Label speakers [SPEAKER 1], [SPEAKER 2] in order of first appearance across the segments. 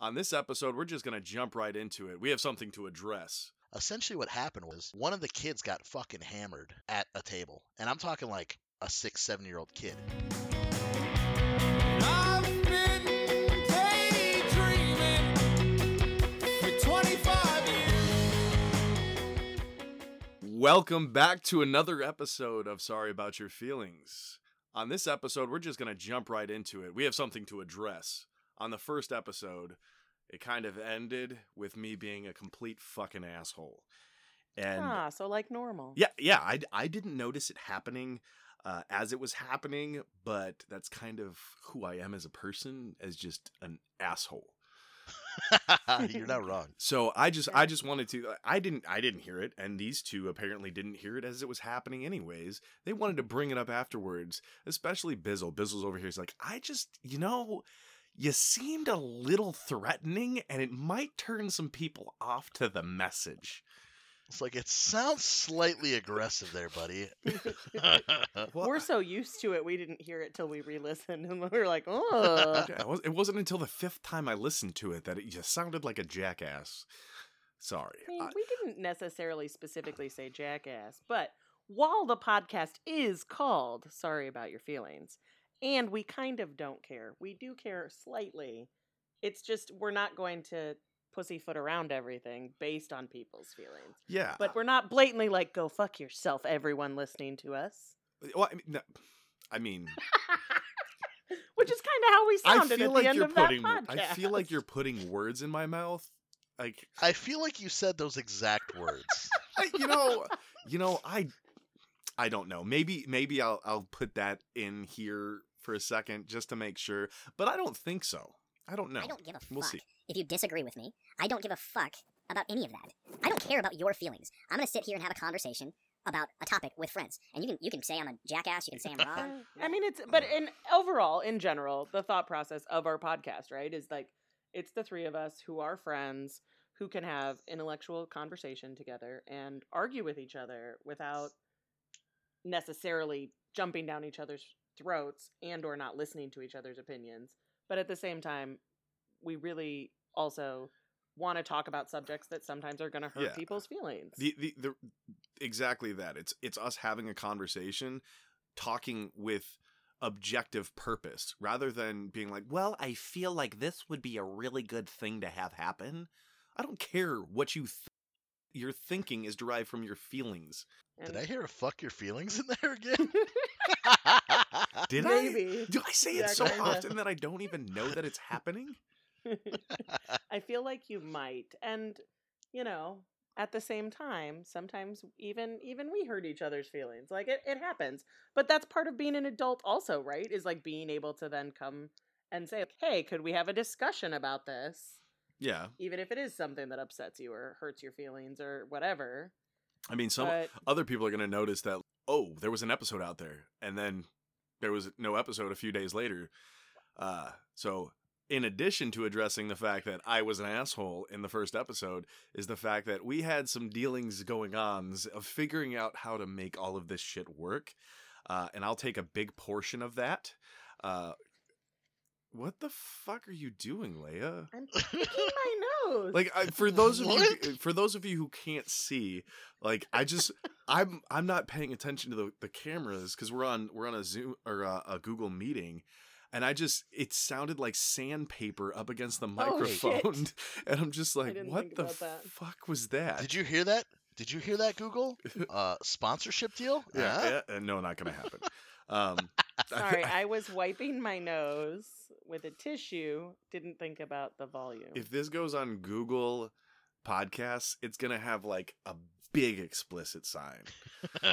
[SPEAKER 1] On this episode, we're just going to jump right into it. We have something to address.
[SPEAKER 2] Essentially, what happened was one of the kids got fucking hammered at a table. And I'm talking like a six, seven year old kid.
[SPEAKER 1] Welcome back to another episode of Sorry About Your Feelings. On this episode, we're just going to jump right into it. We have something to address. On the first episode, it kind of ended with me being a complete fucking asshole. And
[SPEAKER 3] ah, so like normal.
[SPEAKER 1] yeah, yeah, I, I didn't notice it happening uh, as it was happening, but that's kind of who I am as a person, as just an asshole.
[SPEAKER 2] You're not wrong.
[SPEAKER 1] So I just
[SPEAKER 3] Yeah.
[SPEAKER 1] I just wanted to uh, I didn't I didn't hear it and these two apparently didn't hear it as it was happening anyways. They wanted to bring it up afterwards, especially Bizzle. Bizzle's over here is like, "I just, you know, you seemed a little threatening and it might turn some people off to the message."
[SPEAKER 2] It's like, it sounds slightly aggressive there, buddy.
[SPEAKER 1] Well, uh
[SPEAKER 3] We're
[SPEAKER 1] I-
[SPEAKER 3] so used to it, we didn't hear it till we re-listened, and we were like, "Oh,
[SPEAKER 1] I was- it wasn't until the fifth time I listened to it that it just sounded like a jackass. Sorry.
[SPEAKER 3] I mean,
[SPEAKER 1] I-
[SPEAKER 3] we didn't necessarily specifically say jackass, but while the podcast is called Sorry About Your Feelings, and we kind of don't care, we do care slightly. It's just we're not going to pussyfoot around everything based on people's feelings.
[SPEAKER 1] yeah.
[SPEAKER 3] But we're not blatantly like, go fuck yourself, everyone listening to us.
[SPEAKER 1] well, I mean, no- I mean
[SPEAKER 3] Which is kind of how we
[SPEAKER 1] I
[SPEAKER 3] sounded
[SPEAKER 1] feel
[SPEAKER 3] at the
[SPEAKER 1] like
[SPEAKER 3] end
[SPEAKER 1] you're
[SPEAKER 3] of that
[SPEAKER 1] putting.
[SPEAKER 3] podcast.
[SPEAKER 1] I feel like you're putting words in my mouth. Like
[SPEAKER 2] I feel like you said those exact words.
[SPEAKER 1] I, you know, you know, I, I don't know. Maybe, maybe I'll I'll put that in here for a second just to make sure. But I don't think so. I don't know.
[SPEAKER 4] I don't give a fuck.
[SPEAKER 1] We'll see.
[SPEAKER 4] If you disagree with me, I don't give a fuck about any of that. I don't care about your feelings. I'm gonna sit here and have a conversation about a topic with friends. And you can you can say I'm a jackass, you can say I'm wrong.
[SPEAKER 3] Uh, I mean, it's but in overall, in general, the thought process of our podcast, right, is like it's the three of us who are friends who can have intellectual conversation together and argue with each other without necessarily jumping down each other's throats and or not listening to each other's opinions. But at the same time, we really also want to talk about subjects that sometimes are going to hurt
[SPEAKER 1] Yeah.
[SPEAKER 3] people's feelings.
[SPEAKER 1] The, the the exactly that. It's it's us having a conversation, talking with objective purpose rather than being like, "Well, I feel like this would be a really good thing to have happen." I don't care what you th- your thinking is derived from your feelings.
[SPEAKER 2] Did
[SPEAKER 3] And-
[SPEAKER 2] I hear a fuck your feelings in there again?
[SPEAKER 1] Did I?
[SPEAKER 3] Maybe.
[SPEAKER 1] Do I say it
[SPEAKER 3] Yeah,
[SPEAKER 1] so
[SPEAKER 3] kinda.
[SPEAKER 1] often that I don't even know that it's happening?
[SPEAKER 3] I feel like you might. And you know, at the same time, sometimes even even we hurt each other's feelings. Like it, it happens. But that's part of being an adult also, right? Is like being able to then come and say, "Hey, could we have a discussion about this?"
[SPEAKER 1] Yeah,
[SPEAKER 3] Even if it is something that upsets you or hurts your feelings or whatever.
[SPEAKER 1] I mean, some
[SPEAKER 3] but
[SPEAKER 1] other people are going to notice that. Oh, there was an episode out there, and then there was no episode a few days later. Uh, so, in addition to addressing the fact that I was an asshole in the first episode, is the fact that we had some dealings going on of figuring out how to make all of this shit work, uh, and I'll take a big portion of that. Uh, what the fuck are you doing, Leia?
[SPEAKER 3] picking my nose.
[SPEAKER 1] like I, for those of you
[SPEAKER 2] What?
[SPEAKER 1] for those of you who can't see like i just i'm i'm not paying attention to the, the cameras because we're on we're on a zoom or a, a google meeting and i just it sounded like sandpaper up against the microphone
[SPEAKER 3] Oh, shit.
[SPEAKER 1] and i'm just like
[SPEAKER 3] didn't
[SPEAKER 1] what
[SPEAKER 3] think
[SPEAKER 1] the
[SPEAKER 3] about that.
[SPEAKER 1] fuck was that
[SPEAKER 2] Did you hear that? Did you hear that, Google? Uh, sponsorship deal?
[SPEAKER 1] yeah,
[SPEAKER 2] Huh?
[SPEAKER 1] yeah, uh, no not gonna happen um
[SPEAKER 3] Sorry, I was wiping my nose with a tissue. Didn't think about the volume.
[SPEAKER 1] if this goes on google podcasts it's gonna have like a big explicit sign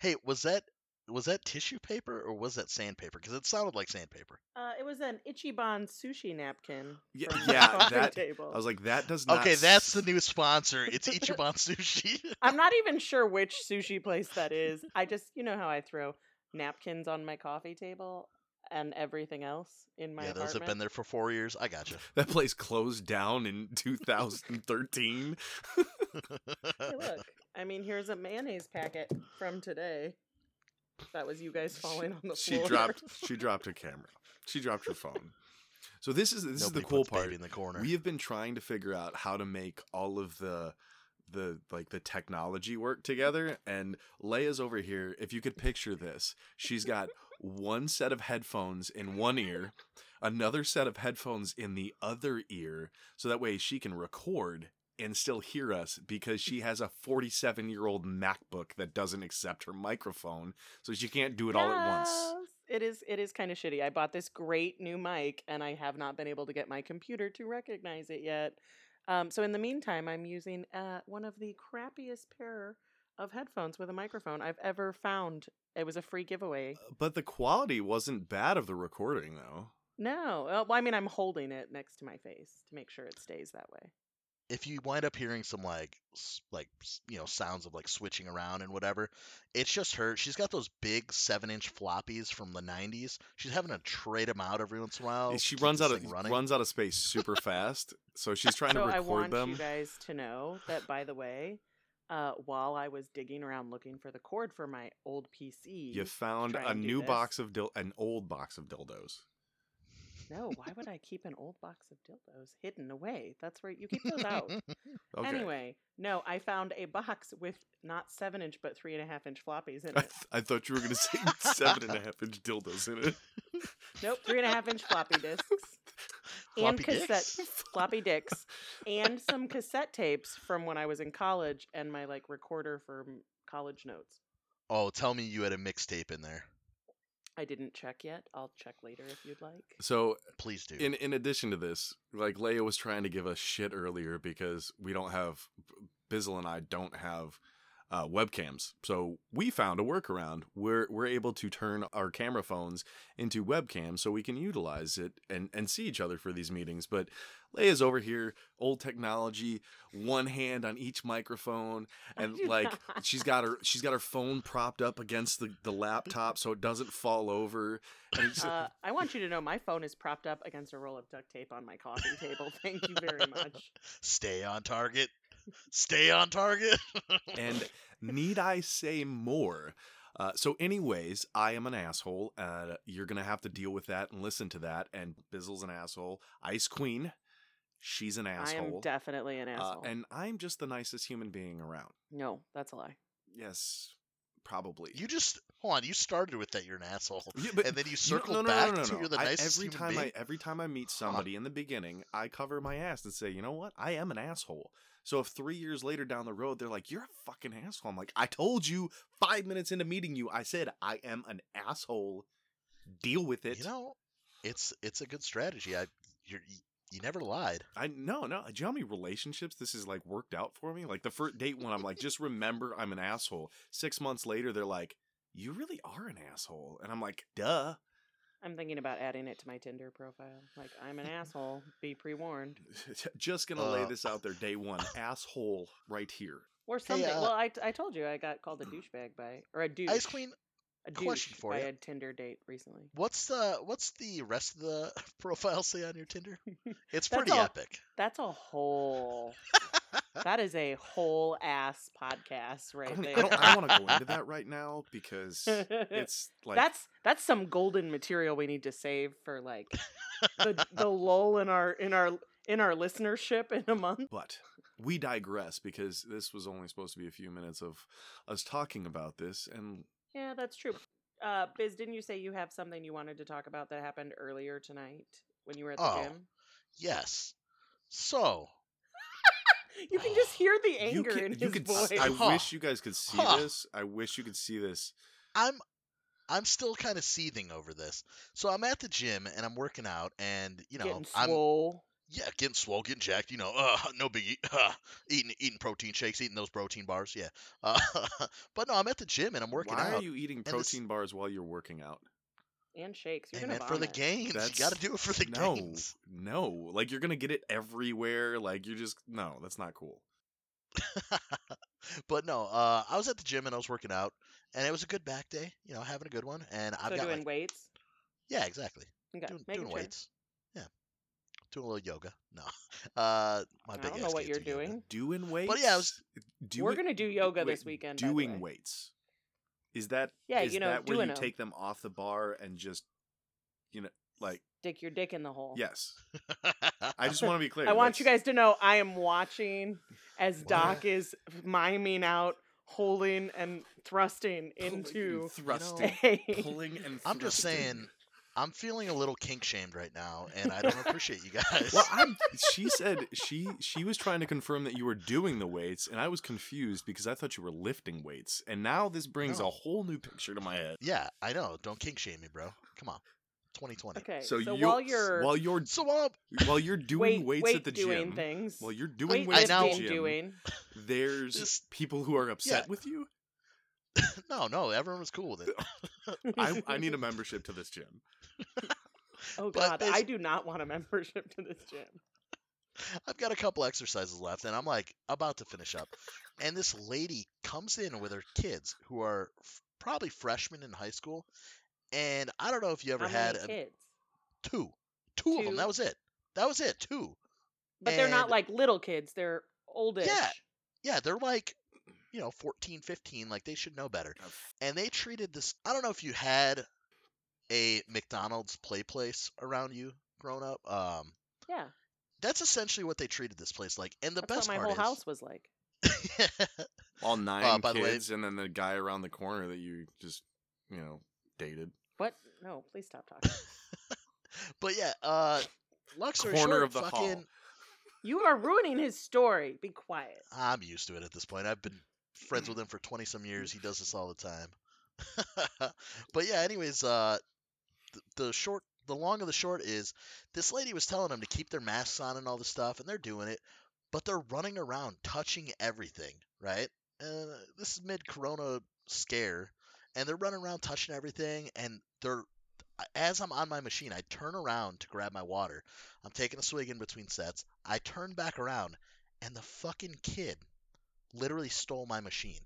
[SPEAKER 2] hey, was that was that tissue paper or was that sandpaper? Because it sounded like sandpaper.
[SPEAKER 3] Uh, it was an Ichiban sushi napkin.
[SPEAKER 1] Yeah,
[SPEAKER 3] from
[SPEAKER 1] yeah,
[SPEAKER 3] the coffee
[SPEAKER 1] that-
[SPEAKER 3] table.
[SPEAKER 1] i was like that does not
[SPEAKER 2] Okay, that's the
[SPEAKER 1] s-
[SPEAKER 2] new sponsor. It's Ichiban Sushi.
[SPEAKER 3] I'm not even sure which sushi place that is. I just, you know how I throw napkins on my coffee table and everything else in my
[SPEAKER 2] yeah, those have been
[SPEAKER 3] apartment.
[SPEAKER 2] there for four years. I gotcha.
[SPEAKER 1] That place closed down in 2013.
[SPEAKER 3] Hey, look, I mean, here's a mayonnaise packet from today. That was you guys falling on the
[SPEAKER 1] she
[SPEAKER 3] floor.
[SPEAKER 1] dropped she dropped her camera. She dropped her phone. So this is this is the
[SPEAKER 2] Nobody
[SPEAKER 1] cool
[SPEAKER 2] puts
[SPEAKER 1] part.
[SPEAKER 2] Baby in the corner.
[SPEAKER 1] We have been trying to figure out how to make all of the the like the technology work together and Leia's over here. If you could picture this, she's got one set of headphones in one ear, another set of headphones in the other ear, so that way she can record and still hear us because she has a 47 year old MacBook that doesn't accept her microphone, so she can't do it all at once.
[SPEAKER 3] Yes. It is it is kind of shitty. I bought this great new mic and I have not been able to get my computer to recognize it yet. Um, so in the meantime, I'm using uh, one of the crappiest pair of headphones with a microphone I've ever found. It was a free giveaway.
[SPEAKER 1] But the quality wasn't bad of the recording though.
[SPEAKER 3] No, uh, well, I mean I'm holding it next to my face to make sure it stays that way.
[SPEAKER 2] if you wind up hearing some like s- like s- you know sounds of like switching around and whatever, it's just her. She's got those big seven inch floppies from the '90s. She's having to trade them out every once in a while. Oh, to
[SPEAKER 1] she
[SPEAKER 2] keep
[SPEAKER 1] runs
[SPEAKER 2] this
[SPEAKER 1] out of
[SPEAKER 2] thing running.
[SPEAKER 1] runs out of space super fast, so she's trying
[SPEAKER 3] so
[SPEAKER 1] to
[SPEAKER 3] I
[SPEAKER 1] record
[SPEAKER 3] want you
[SPEAKER 1] them.
[SPEAKER 3] guys to know that, by the way, uh, while I was digging around looking for the cord for my old PC,
[SPEAKER 1] You found
[SPEAKER 3] try
[SPEAKER 1] a
[SPEAKER 3] and do
[SPEAKER 1] new
[SPEAKER 3] this.
[SPEAKER 1] box of dil- an old box of dildos.
[SPEAKER 3] No, why would I keep an old box of dildos hidden away? That's where you keep those out.
[SPEAKER 1] Okay.
[SPEAKER 3] Anyway, no, I found a box with not seven inch but three and a half inch floppies in
[SPEAKER 1] I,
[SPEAKER 3] it.
[SPEAKER 1] th- I thought you were gonna say seven and a half inch dildos in it.
[SPEAKER 3] nope, three and a half inch floppy disks and
[SPEAKER 2] Floppy
[SPEAKER 3] cassette
[SPEAKER 2] disks?
[SPEAKER 3] floppy dicks and some cassette tapes from when I was in college and my like recorder for m- college notes.
[SPEAKER 2] Oh, tell me you had a mixtape in there.
[SPEAKER 3] I didn't check yet. I'll check later if you'd like.
[SPEAKER 1] So
[SPEAKER 2] Please do.
[SPEAKER 1] in in addition to this, like Leia was trying to give us shit earlier because we don't have Bizzle and I don't have uh, webcams. So we found a workaround. We're we're able to turn our camera phones into webcams so we can utilize it and and see each other for these meetings. But Leia's over here, old technology, one hand on each microphone,
[SPEAKER 3] I
[SPEAKER 1] and
[SPEAKER 3] do
[SPEAKER 1] like
[SPEAKER 3] not.
[SPEAKER 1] she's got her she's got her phone propped up against the, the laptop so it doesn't fall over. And it's-
[SPEAKER 3] Uh, I want you to know my phone is propped up against a roll of duct tape on my coffee table. Thank you very much.
[SPEAKER 2] Stay on target. Stay on target.
[SPEAKER 1] and need I say more? Uh, so, anyways, I am an asshole. Uh, you're gonna have to deal with that and listen to that. And Bizzle's an asshole. Ice Queen, she's an asshole.
[SPEAKER 3] I am definitely an
[SPEAKER 1] Uh,
[SPEAKER 3] asshole.
[SPEAKER 1] and I'm just the nicest human being around.
[SPEAKER 3] no, that's a lie.
[SPEAKER 1] Yes, probably.
[SPEAKER 2] you just hold on. You started with that. You're an asshole,
[SPEAKER 1] Yeah, but
[SPEAKER 2] and then you
[SPEAKER 1] you know-
[SPEAKER 2] circled back to you're the
[SPEAKER 1] I-
[SPEAKER 2] nicest
[SPEAKER 1] every
[SPEAKER 2] human
[SPEAKER 1] time
[SPEAKER 2] being.
[SPEAKER 1] I every time I meet somebody in the beginning, I cover my ass and say, you know what? I am an asshole. So if three years later down the road they're like, you're a fucking asshole, I'm like, I told you five minutes into meeting you, I said I am an asshole. Deal with it.
[SPEAKER 2] You know, it's it's a good strategy. I you're, you you never lied.
[SPEAKER 1] I no no. Do you know how many relationships this has like worked out for me? Like the first date when I'm like, just remember I'm an asshole. Six months later they're like, you really are an asshole, and I'm like, duh.
[SPEAKER 3] I'm thinking about adding it to my Tinder profile. Like, I'm an asshole. Be pre warned.
[SPEAKER 1] Just gonna lay
[SPEAKER 2] Uh,
[SPEAKER 1] this out there day one. Asshole right here.
[SPEAKER 3] Or something.
[SPEAKER 2] uh,
[SPEAKER 3] well, I, t- I told you I got called a douchebag by, or a douche.
[SPEAKER 2] Ice Queen,
[SPEAKER 3] a douche
[SPEAKER 2] question for
[SPEAKER 3] by
[SPEAKER 2] ya.
[SPEAKER 3] a Tinder date recently.
[SPEAKER 2] what's the what's the rest of the profile say on your Tinder? It's
[SPEAKER 3] That's
[SPEAKER 2] pretty
[SPEAKER 3] all.
[SPEAKER 2] epic.
[SPEAKER 3] That's a whole. that is a whole ass podcast
[SPEAKER 1] I
[SPEAKER 3] right
[SPEAKER 1] don't,
[SPEAKER 3] there.
[SPEAKER 1] I don't, I don't want to go into that right now because it's like
[SPEAKER 3] that's that's some golden material we need to save for like the the lull in our in our in our listenership in a month.
[SPEAKER 1] But we digress because this was only supposed to be a few minutes of us talking about this, and
[SPEAKER 3] Yeah, that's true. Uh, Biz, didn't you say you have something you wanted to talk about that happened earlier tonight when you were at the
[SPEAKER 2] Oh.
[SPEAKER 3] gym?
[SPEAKER 2] Yes. So
[SPEAKER 3] You can just hear the
[SPEAKER 1] you
[SPEAKER 3] anger
[SPEAKER 1] can, you
[SPEAKER 3] in his
[SPEAKER 1] can,
[SPEAKER 3] voice.
[SPEAKER 1] I
[SPEAKER 2] Huh.
[SPEAKER 1] wish you guys could see
[SPEAKER 2] Huh.
[SPEAKER 1] this. I wish you could see this.
[SPEAKER 2] I'm I'm still kind of seething over this. So I'm at the gym and I'm working out and you know
[SPEAKER 3] Getting
[SPEAKER 2] I'm
[SPEAKER 3] swole.
[SPEAKER 2] yeah getting swole, getting jacked. You know, uh, no biggie. Uh, eating eating protein shakes, eating those protein bars. Yeah. Uh, but no, I'm at the gym and I'm working
[SPEAKER 1] Why
[SPEAKER 2] out.
[SPEAKER 1] are you eating
[SPEAKER 2] this-
[SPEAKER 1] protein bars while you're working out?
[SPEAKER 3] and shakes. You're
[SPEAKER 2] Hey,
[SPEAKER 3] gonna
[SPEAKER 2] man, for the
[SPEAKER 3] vomit.
[SPEAKER 2] gains,
[SPEAKER 1] That's-
[SPEAKER 2] you got to do it for the
[SPEAKER 1] No,
[SPEAKER 2] gains.
[SPEAKER 1] no, like you're gonna get it everywhere. Like you're just no, that's not cool.
[SPEAKER 2] but no, uh, I was at the gym and I was working out, and it was a good back day. You know, having a good one, and I've
[SPEAKER 3] so
[SPEAKER 2] got
[SPEAKER 3] doing
[SPEAKER 2] like,
[SPEAKER 3] weights.
[SPEAKER 2] yeah, exactly,
[SPEAKER 3] Okay,
[SPEAKER 2] doing,
[SPEAKER 3] making
[SPEAKER 2] doing
[SPEAKER 3] sure.
[SPEAKER 2] weights, yeah, doing a little yoga. No, uh, my
[SPEAKER 3] I
[SPEAKER 2] big
[SPEAKER 3] don't
[SPEAKER 2] ass
[SPEAKER 3] know what
[SPEAKER 2] can't
[SPEAKER 3] you're
[SPEAKER 2] do yoga.
[SPEAKER 3] doing.
[SPEAKER 1] Doing weights.
[SPEAKER 2] Mm. But yeah, I was
[SPEAKER 1] Do
[SPEAKER 3] We're
[SPEAKER 1] it-
[SPEAKER 3] gonna do yoga
[SPEAKER 1] wait,
[SPEAKER 3] this weekend. by the
[SPEAKER 1] Doing
[SPEAKER 3] way.
[SPEAKER 1] weights. Is that
[SPEAKER 3] Yeah,
[SPEAKER 1] is
[SPEAKER 3] you know,
[SPEAKER 1] that where
[SPEAKER 3] doing
[SPEAKER 1] you
[SPEAKER 3] 'em.
[SPEAKER 1] take them off the bar and just you know like
[SPEAKER 3] stick your dick in the hole.
[SPEAKER 1] Yes. I just want to be clear.
[SPEAKER 3] I want you
[SPEAKER 1] that's-
[SPEAKER 3] guys to know I am watching as
[SPEAKER 2] What?
[SPEAKER 3] Doc is miming out, holding and thrusting
[SPEAKER 1] Pulling and
[SPEAKER 3] into
[SPEAKER 1] thrusting,
[SPEAKER 3] a.
[SPEAKER 1] pulling and.
[SPEAKER 2] I'm just
[SPEAKER 1] thrusting.
[SPEAKER 2] saying, I'm feeling a little kink shamed right now, and I don't appreciate you guys.
[SPEAKER 1] Well, I she said she she was trying to confirm that you were doing the weights, and I was confused because I thought you were lifting weights, and now this brings
[SPEAKER 2] No.
[SPEAKER 1] a whole new picture to my head.
[SPEAKER 2] yeah, I know. Don't kink shame me, bro. Come on, 2020.
[SPEAKER 3] Okay,
[SPEAKER 1] So,
[SPEAKER 3] so,
[SPEAKER 1] you
[SPEAKER 3] while you're
[SPEAKER 1] while you're
[SPEAKER 2] So um,
[SPEAKER 1] while you're doing
[SPEAKER 3] weight,
[SPEAKER 1] weights
[SPEAKER 3] weight
[SPEAKER 1] at the
[SPEAKER 3] doing
[SPEAKER 1] gym,
[SPEAKER 3] things,
[SPEAKER 1] while you're doing
[SPEAKER 3] weight
[SPEAKER 1] weights at the
[SPEAKER 3] lifting
[SPEAKER 1] gym,
[SPEAKER 3] doing.
[SPEAKER 1] there's
[SPEAKER 2] This-
[SPEAKER 1] people who are upset
[SPEAKER 2] Yeah.
[SPEAKER 1] with you.
[SPEAKER 2] no, no, everyone was cool with it.
[SPEAKER 1] I, I need a membership to this gym.
[SPEAKER 3] oh
[SPEAKER 2] but
[SPEAKER 3] god, I
[SPEAKER 2] basi-
[SPEAKER 3] do not want a membership to this gym.
[SPEAKER 2] I've got a couple exercises left, and I'm like about to finish up. And this lady comes in with her kids, who are f- probably freshmen in high school. And I don't know if you ever
[SPEAKER 3] How
[SPEAKER 2] had
[SPEAKER 3] many
[SPEAKER 2] a,
[SPEAKER 3] kids?
[SPEAKER 2] two, two of them.
[SPEAKER 3] Two.
[SPEAKER 2] That was it. That was it. Two.
[SPEAKER 3] But they're not
[SPEAKER 2] and-
[SPEAKER 3] like little kids; they're oldish.
[SPEAKER 2] Yeah, they're like, you know, 14, 15. Like they should know better. And they treated this. I don't know if you had a McDonald's play place around you growing up. Um,
[SPEAKER 3] Yeah,
[SPEAKER 2] that's essentially what they treated this place like. And the
[SPEAKER 3] that's
[SPEAKER 2] best
[SPEAKER 3] what my
[SPEAKER 2] part is,
[SPEAKER 3] whole house was like.
[SPEAKER 1] All nine
[SPEAKER 2] by the way-
[SPEAKER 1] kids, and then Uh, the guy around the corner that you just you know dated.
[SPEAKER 3] What? No, please stop talking.
[SPEAKER 2] But yeah, uh, long story
[SPEAKER 1] Corner
[SPEAKER 2] short,
[SPEAKER 1] of the hall.
[SPEAKER 2] fucking,
[SPEAKER 3] you are ruining his story. Be quiet.
[SPEAKER 2] I'm used to it at this point. I've been friends with him for 20 some years. He does this all the time. but yeah, anyways, uh, the, the short, the long of the short is this lady was telling them to keep their masks on and all this stuff, and they're doing it, but they're running around touching everything, right? Uh, this is mid corona scare, and they're running around touching everything, and they're as I'm on my machine, I turn around to grab my water. I'm taking a swig in between sets. I turn back around, and the fucking kid literally stole my machine.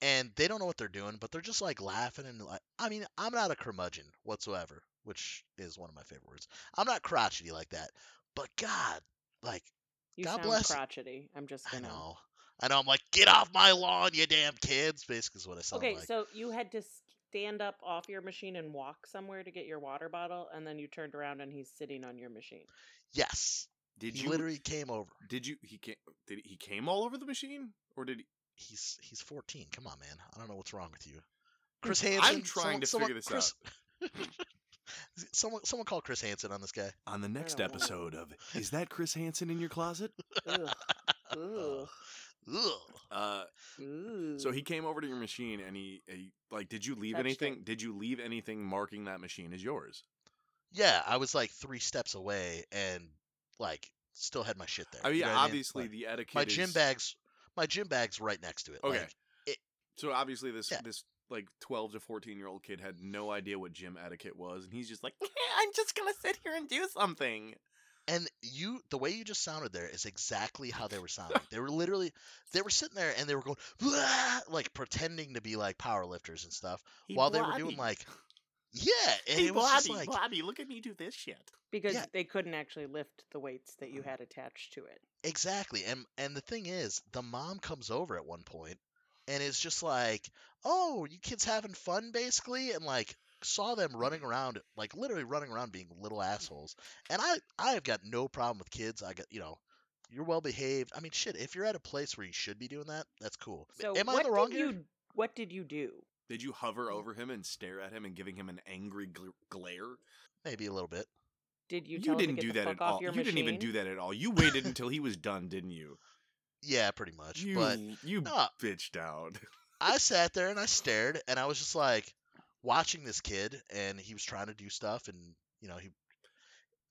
[SPEAKER 2] And they don't know what they're doing, but they're just like laughing and like. I mean, I'm not a curmudgeon whatsoever, which is one of my favorite words. I'm not crotchety like that, but God, like
[SPEAKER 3] You
[SPEAKER 2] God
[SPEAKER 3] sound
[SPEAKER 2] bless-
[SPEAKER 3] crotchety. I'm just
[SPEAKER 2] I
[SPEAKER 3] gonna.
[SPEAKER 2] know, I know. I'm like, get off my lawn, you damn kids. Basically, is what I sound
[SPEAKER 3] Okay,
[SPEAKER 2] like.
[SPEAKER 3] so you had to stand up off your machine and walk somewhere to get your water bottle, and then you turned around and he's sitting on your machine.
[SPEAKER 2] yes,
[SPEAKER 1] Did
[SPEAKER 2] he
[SPEAKER 1] you
[SPEAKER 2] literally came over.
[SPEAKER 1] Did you he came? Did he came all over the machine, or did he?
[SPEAKER 2] He's he's 14. Come on, man. I don't know what's wrong with you. Chris Hansen.
[SPEAKER 1] I'm trying to figure this out.
[SPEAKER 2] out. Someone, someone call Chris Hansen on this guy.
[SPEAKER 1] on the next
[SPEAKER 3] don't know.
[SPEAKER 1] episode of Is That Chris Hansen in Your Closet?
[SPEAKER 3] Ugh. Ooh.
[SPEAKER 2] Ugh.
[SPEAKER 1] Uh,
[SPEAKER 3] Ooh.
[SPEAKER 1] so he came over to your machine and he, he like, did you leave
[SPEAKER 3] Touched
[SPEAKER 1] anything? Did you leave anything marking that machine as yours?
[SPEAKER 2] Yeah, I was like three steps away and like still had my shit there.
[SPEAKER 1] I mean,
[SPEAKER 2] you know what
[SPEAKER 1] obviously
[SPEAKER 2] Like,
[SPEAKER 1] the etiquette.
[SPEAKER 2] my gym
[SPEAKER 1] is-
[SPEAKER 2] bags, my gym bags right next to it.
[SPEAKER 1] Okay.
[SPEAKER 2] like,
[SPEAKER 1] So obviously this
[SPEAKER 2] Yeah.
[SPEAKER 1] this like twelve to fourteen year old kid had no idea what gym etiquette was, and he's just like, I'm just gonna sit here and do something.
[SPEAKER 2] and you, the way you just sounded there is exactly how they were sounding. they were literally, they were sitting there and they were going "Wah!" like pretending to be like power lifters and stuff
[SPEAKER 1] He
[SPEAKER 2] while they were doing
[SPEAKER 1] blobby.
[SPEAKER 2] like, yeah, and
[SPEAKER 1] He
[SPEAKER 2] it was just
[SPEAKER 1] blobby,
[SPEAKER 2] like
[SPEAKER 1] blobby, look at me do this shit.
[SPEAKER 3] because
[SPEAKER 2] yeah.
[SPEAKER 3] they couldn't actually lift the weights that
[SPEAKER 1] Mm.
[SPEAKER 3] you had attached to it.
[SPEAKER 2] Exactly. And and the thing is, the mom comes over at one point and is just like, "Oh, you kids having fun basically?" and like saw them running around like literally running around being little assholes. And I I have got no problem with kids. I got, you know, you're well behaved. I mean, shit, if you're at a place where you should be doing that, that's cool.
[SPEAKER 3] So
[SPEAKER 2] Am
[SPEAKER 3] what
[SPEAKER 2] I the wrong
[SPEAKER 3] did
[SPEAKER 2] here?
[SPEAKER 3] you what did you do?
[SPEAKER 1] Did you
[SPEAKER 2] Mm.
[SPEAKER 1] hover over him and stare at him and giving him an angry gl- glare?
[SPEAKER 2] Maybe a little bit.
[SPEAKER 3] Did you
[SPEAKER 1] You,
[SPEAKER 3] tell him
[SPEAKER 1] didn't
[SPEAKER 3] to get
[SPEAKER 1] do
[SPEAKER 3] the
[SPEAKER 1] that
[SPEAKER 3] fuck
[SPEAKER 1] at
[SPEAKER 3] off
[SPEAKER 1] all. You
[SPEAKER 3] your machine?
[SPEAKER 1] didn't even do that at all. You waited until he was done, didn't you?
[SPEAKER 2] Yeah, pretty much.
[SPEAKER 1] You
[SPEAKER 2] But
[SPEAKER 1] you
[SPEAKER 2] no.
[SPEAKER 1] bitched out.
[SPEAKER 2] I sat there and I stared and I was just like watching this kid and he was trying to do stuff and you know he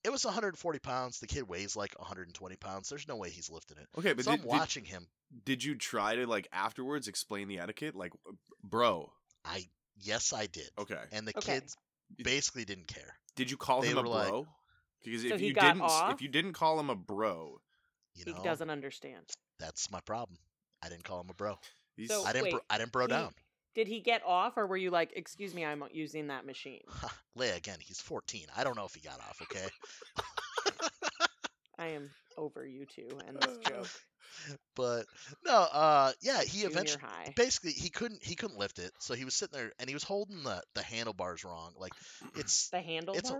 [SPEAKER 2] it was 140 pounds. The kid weighs like 120 pounds. There's no way he's lifting it.
[SPEAKER 1] Okay, but
[SPEAKER 2] so
[SPEAKER 1] did,
[SPEAKER 2] I'm
[SPEAKER 1] did-
[SPEAKER 2] watching him.
[SPEAKER 1] did, you try to like afterwards explain the etiquette? Like, bro,
[SPEAKER 2] I yes I did.
[SPEAKER 1] okay.
[SPEAKER 2] And the
[SPEAKER 3] Okay.
[SPEAKER 2] kids basically didn't care.
[SPEAKER 1] Did you call
[SPEAKER 2] They
[SPEAKER 1] him a
[SPEAKER 2] were like-
[SPEAKER 1] bro? Because
[SPEAKER 3] So
[SPEAKER 1] if
[SPEAKER 3] he
[SPEAKER 1] you
[SPEAKER 3] got
[SPEAKER 1] didn't,
[SPEAKER 3] off?
[SPEAKER 1] if you didn't call him a bro,
[SPEAKER 2] You
[SPEAKER 3] He
[SPEAKER 2] know
[SPEAKER 3] doesn't understand.
[SPEAKER 2] that's my problem. I didn't call him a bro.
[SPEAKER 1] he's,
[SPEAKER 3] So- Oh,
[SPEAKER 2] I didn't bro,
[SPEAKER 3] wait,
[SPEAKER 2] I didn't bro
[SPEAKER 3] he-
[SPEAKER 2] down.
[SPEAKER 3] Did he get off or were you like, "Excuse me, I'm using that machine."
[SPEAKER 2] Leia again. He's 14. I don't know if he got off. Okay.
[SPEAKER 3] I am over you two and this joke.
[SPEAKER 2] But no. Uh. Yeah. He
[SPEAKER 3] Junior
[SPEAKER 2] eventually.
[SPEAKER 3] high.
[SPEAKER 2] basically he couldn't he couldn't lift it so he was sitting there and he was holding the the handlebars wrong like it's
[SPEAKER 3] The handlebars?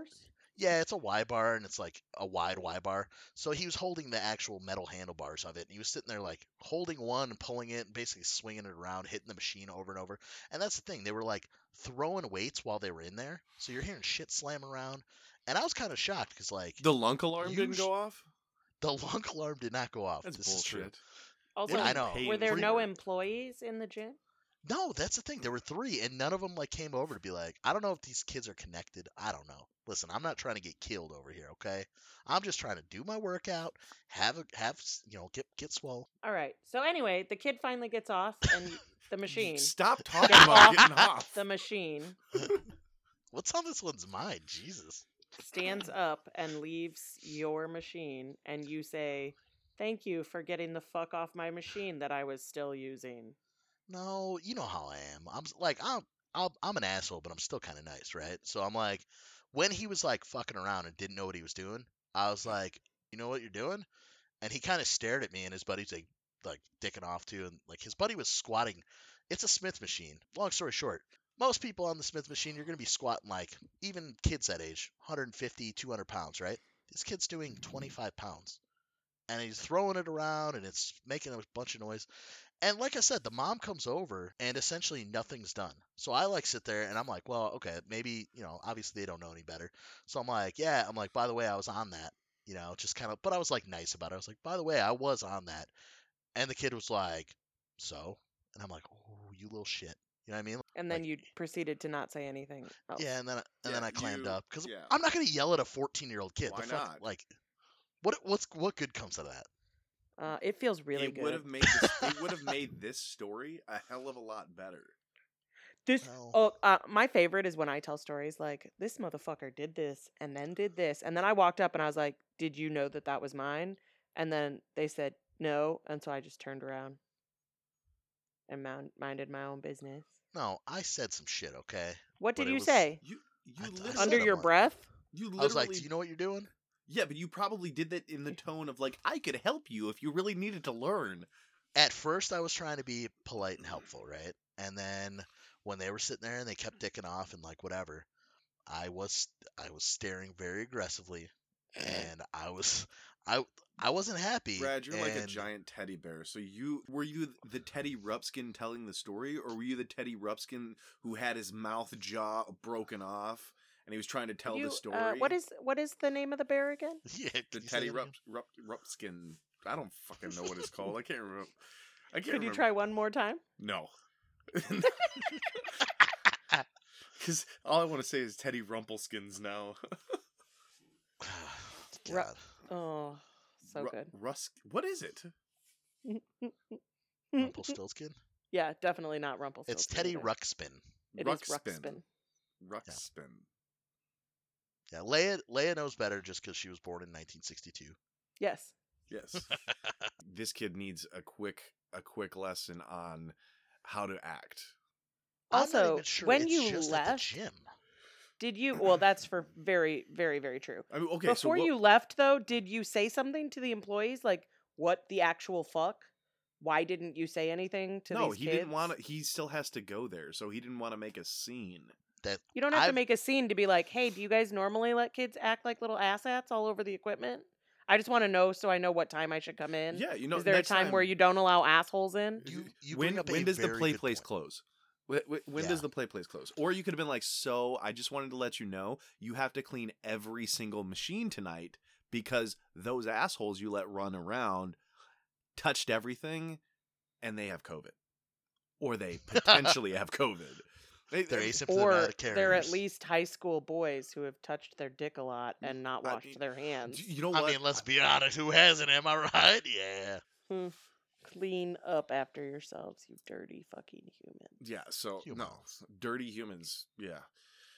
[SPEAKER 2] Yeah, it's a Y bar and it's like a wide Y bar. So he was holding the actual metal handlebars of it. And he was sitting there like holding one and pulling it and basically swinging it around, hitting the machine over and over. And that's the thing. They were like throwing weights while they were in there. So you're hearing shit slam around. And I was kind of shocked because like the,
[SPEAKER 1] The lunk alarm didn't
[SPEAKER 2] Usu-
[SPEAKER 1] go off.
[SPEAKER 2] lunk alarm did not go off.
[SPEAKER 1] That's
[SPEAKER 2] this is true.
[SPEAKER 1] bullshit.
[SPEAKER 3] Also,
[SPEAKER 2] I know.
[SPEAKER 1] Paid
[SPEAKER 3] were there
[SPEAKER 1] for
[SPEAKER 3] no
[SPEAKER 1] it.
[SPEAKER 3] employees in the gym?
[SPEAKER 2] No, that's the thing. There were three, and none of them like came over to be like, I don't know if these kids are connected. I don't know. Listen, I'm not trying to get killed over here, okay? I'm just trying to do my workout, have a have s- you know, get get swole.
[SPEAKER 3] All right. So anyway, the kid finally gets off, and the machine,
[SPEAKER 1] Stop talking
[SPEAKER 3] Get
[SPEAKER 1] about
[SPEAKER 3] off
[SPEAKER 1] getting off.
[SPEAKER 3] the machine
[SPEAKER 2] What's on this one's mind? Jesus.
[SPEAKER 3] stands up and leaves your machine, and you say, "Thank you for getting the fuck off my machine that I was still using."
[SPEAKER 2] No, you know how I am. I'm s- like I'm I'm, I'm an asshole, but I'm still kind of nice, right? So I'm like, when he was like fucking around and didn't know what he was doing, I was like, you know what you're doing? And he kind of stared at me and his buddy's like, like dicking off too, and like his buddy was squatting. It's a Smith machine. Long story short, most people on the Smith machine, you're gonna be squatting like even kids that age, 150, 200 pounds, right? This kid's doing
[SPEAKER 3] Mm-hmm.
[SPEAKER 2] 25 pounds, and he's throwing it around and it's making a bunch of noise. And like I said, the mom comes over and essentially nothing's done. So I like sit there and I'm like, well, okay, maybe, you know, obviously they don't know any better. So I'm like, yeah, I'm like, by the way, I was on that, you know, just kind of, but I was like nice about it. I was like, by the way, I was on that. And the kid was like, so? And I'm like, oh, you little shit. You know what I mean?
[SPEAKER 3] And then
[SPEAKER 2] Like-
[SPEAKER 3] you proceeded to not say anything else.
[SPEAKER 2] Yeah. And then, I- and then
[SPEAKER 1] Yeah,
[SPEAKER 2] I clammed
[SPEAKER 1] you-
[SPEAKER 2] up because
[SPEAKER 1] yeah.
[SPEAKER 2] I'm not going to yell at a 14 year old kid.
[SPEAKER 1] Why
[SPEAKER 2] the fuck,
[SPEAKER 1] not?
[SPEAKER 2] Like, what, what's, what good comes out of that?
[SPEAKER 3] Uh, it feels really
[SPEAKER 1] it would
[SPEAKER 3] good.
[SPEAKER 1] have made this, it would have made this story a hell of a lot better.
[SPEAKER 3] This
[SPEAKER 2] Well-
[SPEAKER 3] oh, uh, my favorite is when I tell stories like this motherfucker did this and then did this and then I walked up and I was like, "Did you know that that was mine?" And then they said no, and so I just turned around and mound- minded my own business.
[SPEAKER 2] No, I said some shit, okay?
[SPEAKER 3] What
[SPEAKER 2] But
[SPEAKER 3] did
[SPEAKER 2] it
[SPEAKER 3] you
[SPEAKER 2] was-
[SPEAKER 3] say
[SPEAKER 1] You you
[SPEAKER 2] I- I
[SPEAKER 1] literally
[SPEAKER 2] said
[SPEAKER 3] under
[SPEAKER 2] I'm
[SPEAKER 3] your
[SPEAKER 2] like-
[SPEAKER 3] breath?
[SPEAKER 1] you literally
[SPEAKER 2] I was like, do you know what you're doing?
[SPEAKER 1] yeah, but you probably did that in the tone of like I could help you if you really needed to learn.
[SPEAKER 2] at first I was trying to be polite and helpful, right? And then when they were sitting there and they kept dicking off and like whatever, I was I was staring very aggressively and I was I I wasn't happy.
[SPEAKER 1] Brad, you're like a
[SPEAKER 2] and
[SPEAKER 1] giant teddy bear. So you were you the Teddy Rupskin telling the story, or were you the Teddy Rupskin who had his mouth jaw broken off and he was trying to tell
[SPEAKER 3] You,
[SPEAKER 1] the story?
[SPEAKER 3] Uh, what is what is the name of the bear again?
[SPEAKER 2] Yeah, can
[SPEAKER 1] the
[SPEAKER 2] you say
[SPEAKER 1] Teddy
[SPEAKER 2] that again?
[SPEAKER 1] Rup, Rup, Rupskin? I don't fucking know what it's called. I can't remember. I can't
[SPEAKER 3] Could you
[SPEAKER 1] remember.
[SPEAKER 3] try one more time?
[SPEAKER 1] No. Because all I want to say is Teddy Rumpelskins now.
[SPEAKER 3] Ru-
[SPEAKER 2] God.
[SPEAKER 3] Oh, so
[SPEAKER 1] Ru-
[SPEAKER 3] good.
[SPEAKER 1] Rusk. What is it?
[SPEAKER 2] Rumpelstiltskin?
[SPEAKER 3] Yeah, definitely not Rumpelstiltskin.
[SPEAKER 2] It's Teddy
[SPEAKER 3] either.
[SPEAKER 2] Ruxpin.
[SPEAKER 3] It is Ruxpin.
[SPEAKER 1] Ruxpin.
[SPEAKER 2] Yeah, Leia Leia knows better just because she was born in 1962.
[SPEAKER 3] Yes.
[SPEAKER 1] Yes. this kid needs a quick a quick lesson on how to act.
[SPEAKER 2] I'm not
[SPEAKER 3] Also,
[SPEAKER 2] even sure
[SPEAKER 3] when
[SPEAKER 2] it's
[SPEAKER 3] you
[SPEAKER 2] just at the
[SPEAKER 3] left-
[SPEAKER 2] gym.
[SPEAKER 3] Did you? Well, that's for very, very, very true.
[SPEAKER 1] I mean, okay. so
[SPEAKER 3] Before
[SPEAKER 1] what-
[SPEAKER 3] you left, though, did you say something to the employees? Like, what the actual fuck? Why didn't you say anything to
[SPEAKER 1] no,
[SPEAKER 3] these
[SPEAKER 1] he
[SPEAKER 3] kids?
[SPEAKER 1] didn't want to. He still has to go there, so he didn't want to make a scene.
[SPEAKER 2] That
[SPEAKER 3] You don't have to
[SPEAKER 2] I've-
[SPEAKER 3] make a scene to be like, hey, do you guys normally let kids act like little asshats all over the equipment? I just want to know so I know what time I should come in.
[SPEAKER 1] yeah, you know.
[SPEAKER 3] Is there a
[SPEAKER 1] next
[SPEAKER 3] time, where you don't allow assholes in?
[SPEAKER 2] You- you bring
[SPEAKER 1] when
[SPEAKER 2] up a
[SPEAKER 1] when does the
[SPEAKER 2] very
[SPEAKER 1] play
[SPEAKER 2] good
[SPEAKER 1] place
[SPEAKER 2] point.
[SPEAKER 1] close? When, when
[SPEAKER 2] Yeah.
[SPEAKER 1] does the play place close? Or you could have been like, "So I just wanted to let you know you have to clean every single machine tonight because those assholes you let run around touched everything, and they have COVID, or they potentially have COVID. They-
[SPEAKER 2] they're
[SPEAKER 1] I mean,
[SPEAKER 2] asymptomatic
[SPEAKER 3] Or they're at
[SPEAKER 2] carriers.
[SPEAKER 3] least high school boys who have touched their dick a lot and not
[SPEAKER 1] I
[SPEAKER 3] washed
[SPEAKER 1] mean,
[SPEAKER 3] their hands.
[SPEAKER 1] d- you know what?
[SPEAKER 2] I mean, let's be honest. Who hasn't? Am I right? Yeah.
[SPEAKER 3] Clean up after yourselves, you dirty fucking humans.
[SPEAKER 1] yeah. So Oh, no,
[SPEAKER 2] Humans.
[SPEAKER 1] dirty humans. Yeah.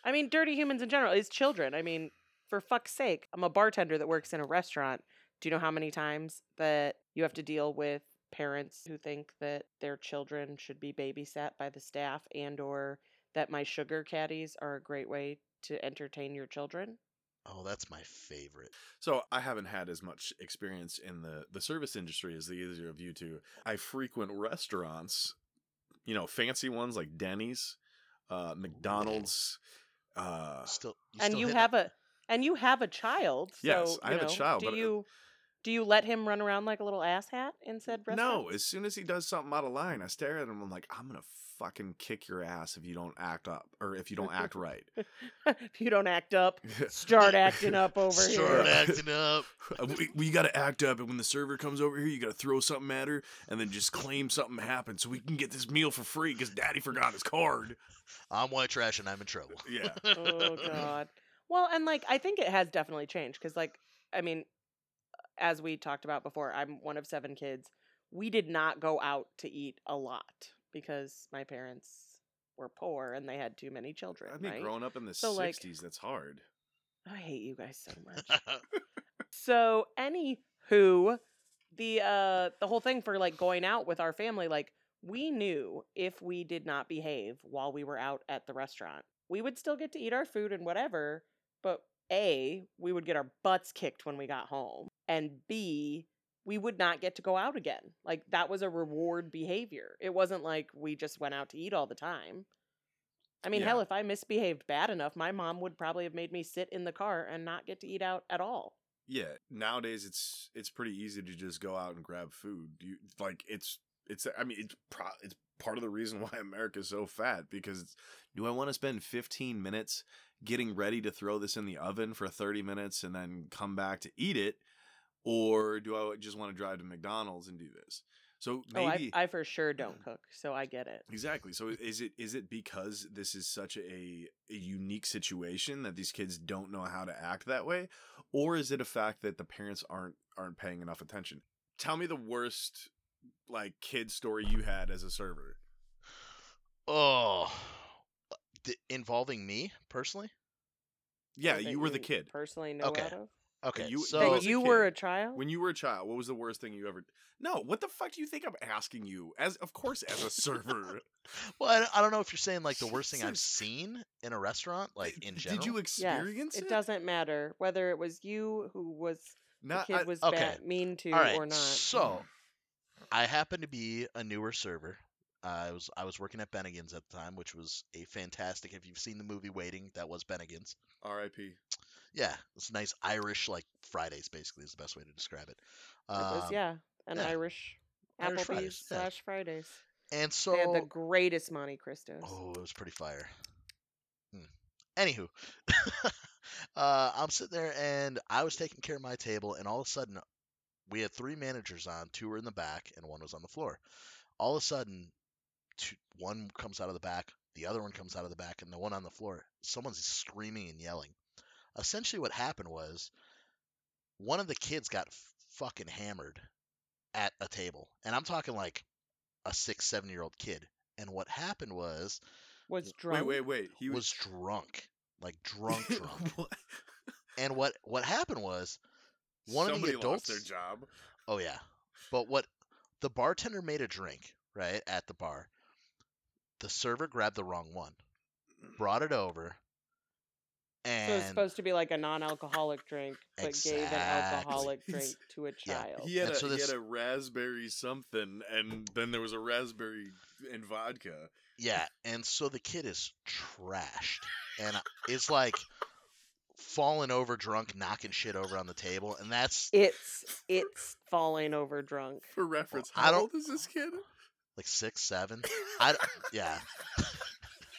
[SPEAKER 3] I mean, dirty humans in general is children. I mean, for fuck's sake, I'm a bartender that works in a restaurant. Do you know how many times that you have to deal with parents who think that their children should be babysat by the staff and or that my sugar caddies are a great way to entertain your children?
[SPEAKER 2] Oh, that's my favorite.
[SPEAKER 1] So I haven't had as much experience in the the service industry as the either of you two. I frequent restaurants, you know, fancy ones like Denny's, uh, McDonald's. Uh,
[SPEAKER 2] Still, you
[SPEAKER 3] and
[SPEAKER 2] still
[SPEAKER 3] you
[SPEAKER 2] hit
[SPEAKER 3] have
[SPEAKER 2] up-
[SPEAKER 3] a and you have a child. So,
[SPEAKER 1] Yes, I
[SPEAKER 3] you
[SPEAKER 1] have a
[SPEAKER 3] know,
[SPEAKER 1] child,
[SPEAKER 3] Do
[SPEAKER 1] but, uh,
[SPEAKER 3] you do you let him run around like a little asshat in said restaurant?
[SPEAKER 1] No, as soon as he does something out of line, I stare at him. I'm like, I'm gonna fucking kick your ass if you don't act up or if you don't act right.
[SPEAKER 3] if you don't act up, start acting up over
[SPEAKER 2] Start
[SPEAKER 3] here.
[SPEAKER 2] acting up.
[SPEAKER 1] Uh, we, we gotta act up, and when the server comes over here, you gotta throw something at her and then just claim something happened so we can get this meal for free because Daddy forgot his card.
[SPEAKER 2] I'm white trash and I'm in trouble.
[SPEAKER 1] Yeah,
[SPEAKER 3] oh god well and like i think it has definitely changed because like i mean as we talked about before i'm one of seven kids we did not go out to eat a lot because my parents were poor and they had too many children
[SPEAKER 1] I mean,
[SPEAKER 3] right?
[SPEAKER 1] growing up in the
[SPEAKER 3] So, like-
[SPEAKER 1] '60s, that's hard.
[SPEAKER 3] i hate you guys so much so anywho the uh the whole thing for like going out with our family like we knew if we did not behave while we were out at the restaurant we would still get to eat our food and whatever but a we would get our butts kicked when we got home and b we would not get to go out again like that was a reward behavior it wasn't like we just went out to eat all the time i mean
[SPEAKER 1] Yeah.
[SPEAKER 3] hell if i misbehaved bad enough my mom would probably have made me sit in the car and not get to eat out at all
[SPEAKER 1] Yeah, nowadays it's it's pretty easy to just go out and grab food. You like it's it's I mean it's pro, it's part of the reason why America's so fat because it's, do I want to spend 15 minutes getting ready to throw this in the oven for 30 minutes and then come back to eat it or do I just want to drive to McDonald's and do this? So maybe
[SPEAKER 3] Oh, I, I for sure don't cook, so I get it.
[SPEAKER 1] Exactly. So is it is it because this is such a, a unique situation that these kids don't know how to act that way, or is it a fact that the parents aren't aren't paying enough attention? Tell me the worst like kid story you had as a server.
[SPEAKER 2] oh, D- involving me personally.
[SPEAKER 1] Yeah,
[SPEAKER 3] That
[SPEAKER 1] you were the kid
[SPEAKER 3] Personally, know
[SPEAKER 2] Okay.
[SPEAKER 3] out of
[SPEAKER 2] Okay,
[SPEAKER 1] you-
[SPEAKER 2] so
[SPEAKER 1] Oh,
[SPEAKER 3] that
[SPEAKER 1] as a
[SPEAKER 3] you were a
[SPEAKER 1] kid.
[SPEAKER 3] child.
[SPEAKER 1] when you were a child. What was the worst thing you ever? No, what the fuck do you think I'm asking you? As of course, as a server.
[SPEAKER 2] well, I don't- I don't know if you're saying like the worst thing I've
[SPEAKER 1] Jesus.
[SPEAKER 2] seen in a restaurant, like in
[SPEAKER 1] did,
[SPEAKER 2] general.
[SPEAKER 1] you
[SPEAKER 3] yes,
[SPEAKER 1] experience
[SPEAKER 3] it
[SPEAKER 1] it?
[SPEAKER 3] doesn't matter whether it was you who was
[SPEAKER 1] Not
[SPEAKER 3] the kid
[SPEAKER 1] I-
[SPEAKER 3] was
[SPEAKER 2] okay.
[SPEAKER 3] bad, mean to
[SPEAKER 2] All right,
[SPEAKER 3] or not.
[SPEAKER 2] so I happened to be a newer server. I was I was working at Bennigan's at the time, which was a fantastic. If you've seen the movie Waiting, that was Bennigan's.
[SPEAKER 1] R.I.P.
[SPEAKER 2] Yeah, it's nice Irish like Fridays. Basically, is the best way to describe it.
[SPEAKER 3] it was
[SPEAKER 2] Um,
[SPEAKER 3] yeah, an
[SPEAKER 2] yeah.
[SPEAKER 3] Irish
[SPEAKER 2] Irish
[SPEAKER 3] Applebee's
[SPEAKER 2] Fridays, yeah.
[SPEAKER 3] slash Fridays.
[SPEAKER 2] And so
[SPEAKER 3] They had the greatest Monte Cristos.
[SPEAKER 2] Oh, it was pretty fire. Hmm. Anywho, uh, I'm sitting there and I was taking care of my table, and all of a sudden, we had three managers on. Two were in the back, and one was on the floor. All of a sudden, two, one comes out of the back, the other one comes out of the back, and the one on the floor, someone's screaming and yelling. Essentially, what happened was one of the kids got fucking hammered at a table, and I'm talking like a six, seven year old kid. And what happened was
[SPEAKER 3] was
[SPEAKER 1] Wait,
[SPEAKER 3] drunk.
[SPEAKER 1] wait, wait. He
[SPEAKER 2] was, drunk, like drunk, drunk.
[SPEAKER 1] What?
[SPEAKER 2] and what what happened was, One of the
[SPEAKER 1] Somebody lost
[SPEAKER 2] adults-
[SPEAKER 1] their job.
[SPEAKER 2] oh yeah, but what the bartender made a drink right at the bar. The server grabbed the wrong one, brought it over, and
[SPEAKER 3] So it's supposed to be like a non-alcoholic drink, but gave an
[SPEAKER 2] Exactly.
[SPEAKER 3] alcoholic
[SPEAKER 1] He's-
[SPEAKER 3] drink to a
[SPEAKER 2] Yeah.
[SPEAKER 3] child.
[SPEAKER 1] He had,
[SPEAKER 2] And
[SPEAKER 1] a,
[SPEAKER 2] so
[SPEAKER 1] he
[SPEAKER 2] this-
[SPEAKER 1] had a raspberry something, and then there was a raspberry and vodka.
[SPEAKER 2] Yeah, and so the kid is trashed, and I- it's like falling over drunk, knocking shit over on the table, and that's
[SPEAKER 3] It's it's falling over drunk.
[SPEAKER 1] For reference,
[SPEAKER 2] I
[SPEAKER 1] how
[SPEAKER 2] don't-
[SPEAKER 1] old is this kid?
[SPEAKER 2] like six, seven. I d- yeah,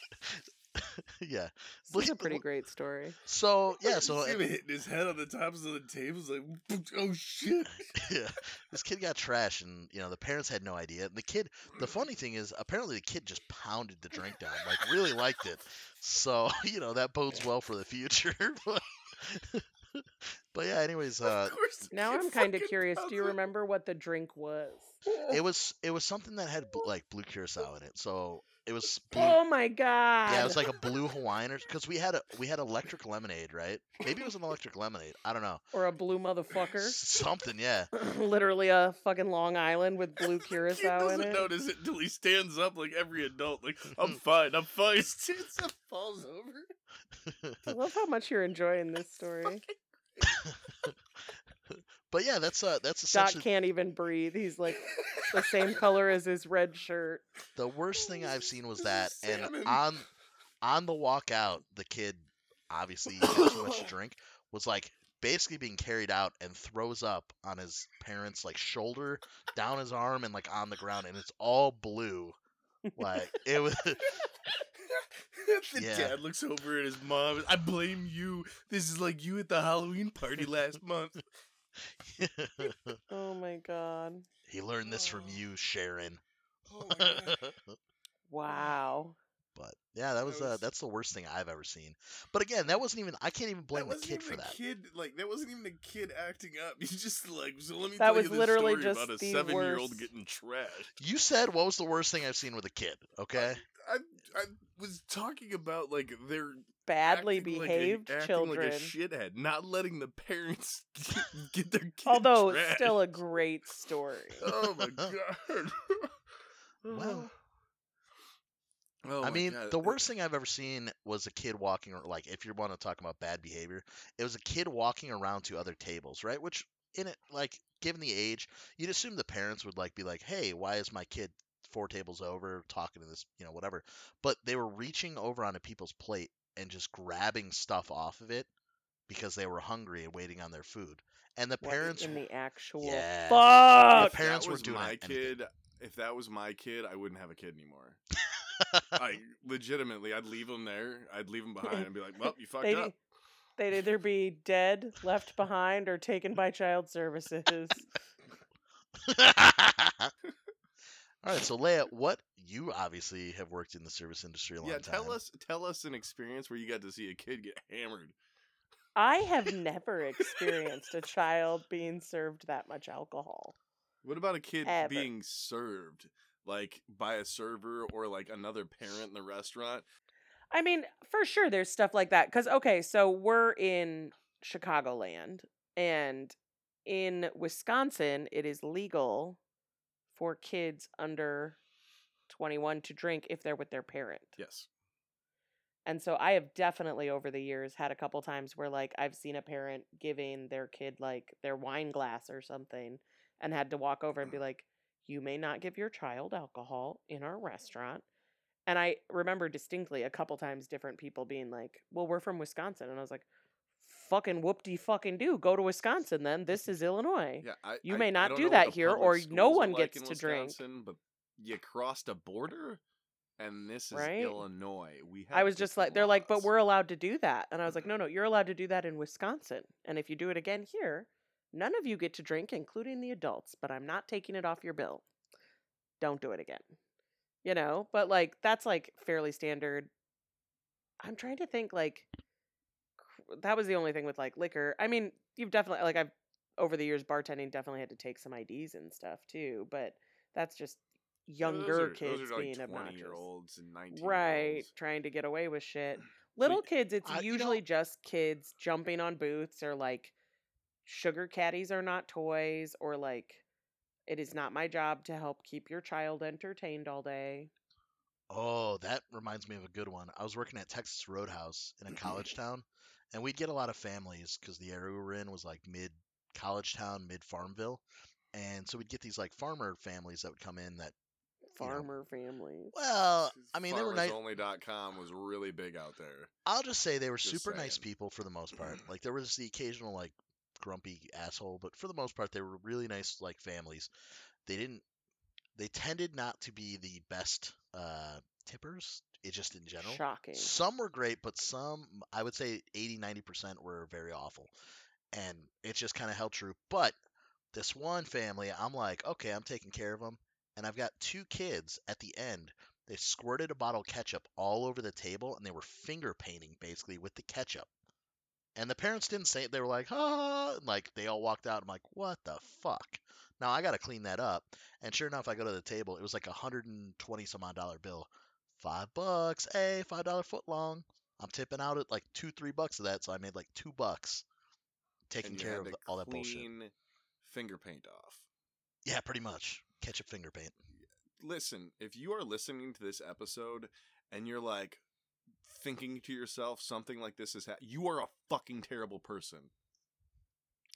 [SPEAKER 2] yeah.
[SPEAKER 3] This is a
[SPEAKER 2] Look-
[SPEAKER 3] pretty
[SPEAKER 2] look-
[SPEAKER 3] great story.
[SPEAKER 2] So
[SPEAKER 1] I
[SPEAKER 2] yeah,
[SPEAKER 1] just
[SPEAKER 2] so eh,
[SPEAKER 1] see him hitting his head on the tops of the tables, like oh shit.
[SPEAKER 2] yeah, this kid got trash, and you know the parents had no idea. And the kid, the funny thing is, apparently the kid just pounded the drink down, like really liked it. So you know that bodes well for the future. But, but yeah, anyways, uh,
[SPEAKER 1] of course the
[SPEAKER 3] Now
[SPEAKER 1] kid
[SPEAKER 3] I'm kind of
[SPEAKER 1] fucking
[SPEAKER 3] curious. Do you
[SPEAKER 1] does it.
[SPEAKER 3] remember what the drink was?
[SPEAKER 2] it was it was something that had bl- like blue curacao in it, so it was blue.
[SPEAKER 3] Oh my god!
[SPEAKER 2] Yeah, it was like a blue Hawaiian, because we had a we had electric lemonade, right? Maybe it was an electric lemonade. I don't know,
[SPEAKER 3] or a blue motherfucker.
[SPEAKER 2] something. Yeah,
[SPEAKER 3] Literally a fucking Long Island with blue
[SPEAKER 1] The kid
[SPEAKER 3] curacao in
[SPEAKER 1] doesn't
[SPEAKER 3] it.
[SPEAKER 1] notice it until he stands up like every adult. Like I'm fine, I'm fine. He stands up, falls over.
[SPEAKER 3] I love how much you're enjoying this story.
[SPEAKER 2] but yeah, that's uh that's
[SPEAKER 3] Doc
[SPEAKER 2] essentially
[SPEAKER 3] can't even breathe. He's like the same color as his red shirt.
[SPEAKER 2] The worst thing I've seen was that, and
[SPEAKER 1] Salmon.
[SPEAKER 2] on on the walk out, the kid obviously had too much to drink was like basically being carried out and throws up on his parents' like shoulder, down his arm, and like on the ground, and it's all blue. Like it was.
[SPEAKER 1] the
[SPEAKER 2] Yeah.
[SPEAKER 1] dad looks over at his mom. I blame you. This is like you at the Halloween party last month.
[SPEAKER 3] Oh my god.
[SPEAKER 2] he learned this from
[SPEAKER 1] Oh.
[SPEAKER 2] you, Sharon.
[SPEAKER 1] Oh my God.
[SPEAKER 2] but
[SPEAKER 3] Wow.
[SPEAKER 2] yeah, that was, uh,
[SPEAKER 1] was-
[SPEAKER 2] that's the worst thing I've ever seen. But again, that wasn't even I can't even blame the
[SPEAKER 1] wasn't
[SPEAKER 2] kid
[SPEAKER 1] even
[SPEAKER 2] for
[SPEAKER 1] a
[SPEAKER 2] that.
[SPEAKER 1] Kid, like that wasn't even a kid acting up. He's just like, so let me
[SPEAKER 3] That
[SPEAKER 1] tell
[SPEAKER 3] was
[SPEAKER 1] you this
[SPEAKER 3] literally
[SPEAKER 1] story
[SPEAKER 3] just
[SPEAKER 1] about a
[SPEAKER 3] the
[SPEAKER 1] seven-year-old
[SPEAKER 3] worst.
[SPEAKER 1] getting trashed.
[SPEAKER 2] You said what was the worst thing I've seen with a kid? Okay,
[SPEAKER 1] I, I was talking about like their
[SPEAKER 3] Badly
[SPEAKER 1] acting like a-
[SPEAKER 3] behaved
[SPEAKER 1] acting
[SPEAKER 3] children.
[SPEAKER 1] like a shithead, not letting the parents get, get their kid
[SPEAKER 3] Although
[SPEAKER 1] trashed.
[SPEAKER 3] it's still a great story.
[SPEAKER 1] oh my god.
[SPEAKER 2] Well.
[SPEAKER 1] Oh my
[SPEAKER 2] I mean,
[SPEAKER 1] God.
[SPEAKER 2] the worst thing I've ever seen was a kid walking, ar- like, if you want to talk about bad behavior, it was a kid walking around to other tables, right? Which, in it, like, given the age, you'd assume the parents would, like, be like, hey, why is my kid four tables over talking to this, you know, whatever. But they were reaching over onto people's plate and just grabbing stuff off of it because they were hungry and waiting on their food. And the
[SPEAKER 3] What
[SPEAKER 2] parents,
[SPEAKER 3] in the actual
[SPEAKER 2] Yeah.
[SPEAKER 1] If
[SPEAKER 2] the
[SPEAKER 1] that
[SPEAKER 3] fuck.
[SPEAKER 2] parents were
[SPEAKER 1] was
[SPEAKER 2] doing
[SPEAKER 1] my
[SPEAKER 2] anything.
[SPEAKER 1] kid. If that was my kid, I wouldn't have a kid anymore. I legitimately, I'd leave him there. I'd leave him behind and be like, "Well, you fucked
[SPEAKER 3] They'd,
[SPEAKER 1] up."
[SPEAKER 3] e- they'd either be dead, left behind, or taken by child services.
[SPEAKER 2] All right, so Leia, what you obviously have worked in the service industry a long
[SPEAKER 1] Yeah,
[SPEAKER 2] time.
[SPEAKER 1] tell us, tell us an experience where you got to see a kid get hammered.
[SPEAKER 3] I have never experienced a child being served that much alcohol.
[SPEAKER 1] What about a kid
[SPEAKER 3] Ever.
[SPEAKER 1] being served, like by a server or like another parent in the restaurant?
[SPEAKER 3] I mean, for sure there's stuff like that. Cause okay, so we're in Chicagoland and in Wisconsin it is legal for kids under twenty one to drink if they're with their parent.
[SPEAKER 1] Yes.
[SPEAKER 3] And so I have definitely over the years had a couple times where like I've seen a parent giving their kid like their wine glass or something and had to walk over and be like, "You may not give your child alcohol in our restaurant." And I remember distinctly a couple times different people being like, "Well, we're from Wisconsin." And I was like, "Fucking whoop-de fucking do. Go to Wisconsin then. This is Illinois."
[SPEAKER 1] Yeah. I,
[SPEAKER 3] You
[SPEAKER 1] I-
[SPEAKER 3] may
[SPEAKER 1] I
[SPEAKER 3] not
[SPEAKER 1] don't
[SPEAKER 3] do
[SPEAKER 1] know what
[SPEAKER 3] that
[SPEAKER 1] the
[SPEAKER 3] here,
[SPEAKER 1] public
[SPEAKER 3] or
[SPEAKER 1] schools
[SPEAKER 3] no
[SPEAKER 1] are
[SPEAKER 3] one
[SPEAKER 1] like
[SPEAKER 3] gets
[SPEAKER 1] in
[SPEAKER 3] to drink.
[SPEAKER 1] Wisconsin, But you crossed a border, and this is
[SPEAKER 3] Right?
[SPEAKER 1] Illinois. We. Have
[SPEAKER 3] I was just
[SPEAKER 1] different
[SPEAKER 3] like, they're like, but
[SPEAKER 1] laws."
[SPEAKER 3] we're allowed to do that. And I was like, no, no, you're allowed to do that in Wisconsin. And if you do it again here, none of you get to drink, including the adults, but I'm not taking it off your bill. Don't do it again. You know, but like, that's like fairly standard. I'm trying to think like, cr- that was the only thing with like liquor. I mean, you've definitely, like, I've over the years bartending definitely had to take some IDs and stuff too, but that's just
[SPEAKER 1] Yeah, those
[SPEAKER 3] younger
[SPEAKER 1] are- those
[SPEAKER 3] kids
[SPEAKER 1] are like
[SPEAKER 3] being
[SPEAKER 1] 20
[SPEAKER 3] obnoxious
[SPEAKER 1] year olds and 19
[SPEAKER 3] right trying to get away with shit little kids it's
[SPEAKER 2] I- you
[SPEAKER 3] usually
[SPEAKER 2] don't-
[SPEAKER 3] just kids jumping on booths or like sugar caddies are not toys or like it is not my job to help keep your child entertained all day
[SPEAKER 2] Oh, that reminds me of a good one. I was working at Texas Roadhouse in a college town, and we'd get a lot of families because the area we were in was like mid college town, mid Farmville, and so we'd get these like farmer families that would come in. That You know.
[SPEAKER 3] farmer families
[SPEAKER 2] well, Uh, I mean, they were nice.
[SPEAKER 1] FarmersOnly.com was really big out there.
[SPEAKER 2] I'll just say they were
[SPEAKER 1] Just
[SPEAKER 2] super nice
[SPEAKER 1] saying.
[SPEAKER 2] people for the most part. Like there was the occasional like grumpy asshole, but for the most part they were really nice like families. They didn't they tended not to be the best uh tippers, it just in general.
[SPEAKER 3] shocking
[SPEAKER 2] Some were great, but some I would say 80 90% were very awful. And it just kind of held true, but this one family, I'm like, "Okay, I'm taking care of them." And I've got two kids at the end they squirted a bottle of ketchup all over the table and they were finger painting basically with the ketchup. And the parents didn't say it. They were like, ah, and, like they all walked out. I'm like, what the fuck? Now I got to clean that up. And sure enough, I go to the table. It was like a 120 some odd dollar bill. Five bucks. Hey, five dollar foot long. I'm tipping out at like two, three bucks of that. So I made like two bucks taking
[SPEAKER 1] And you
[SPEAKER 2] care
[SPEAKER 1] had
[SPEAKER 2] of
[SPEAKER 1] to
[SPEAKER 2] all that bullshit.
[SPEAKER 1] clean Finger paint off.
[SPEAKER 2] Yeah, pretty much. Ketchup finger paint.
[SPEAKER 1] Listen, if you are listening to this episode and you're like thinking to yourself something like this is ha- you are a fucking terrible person.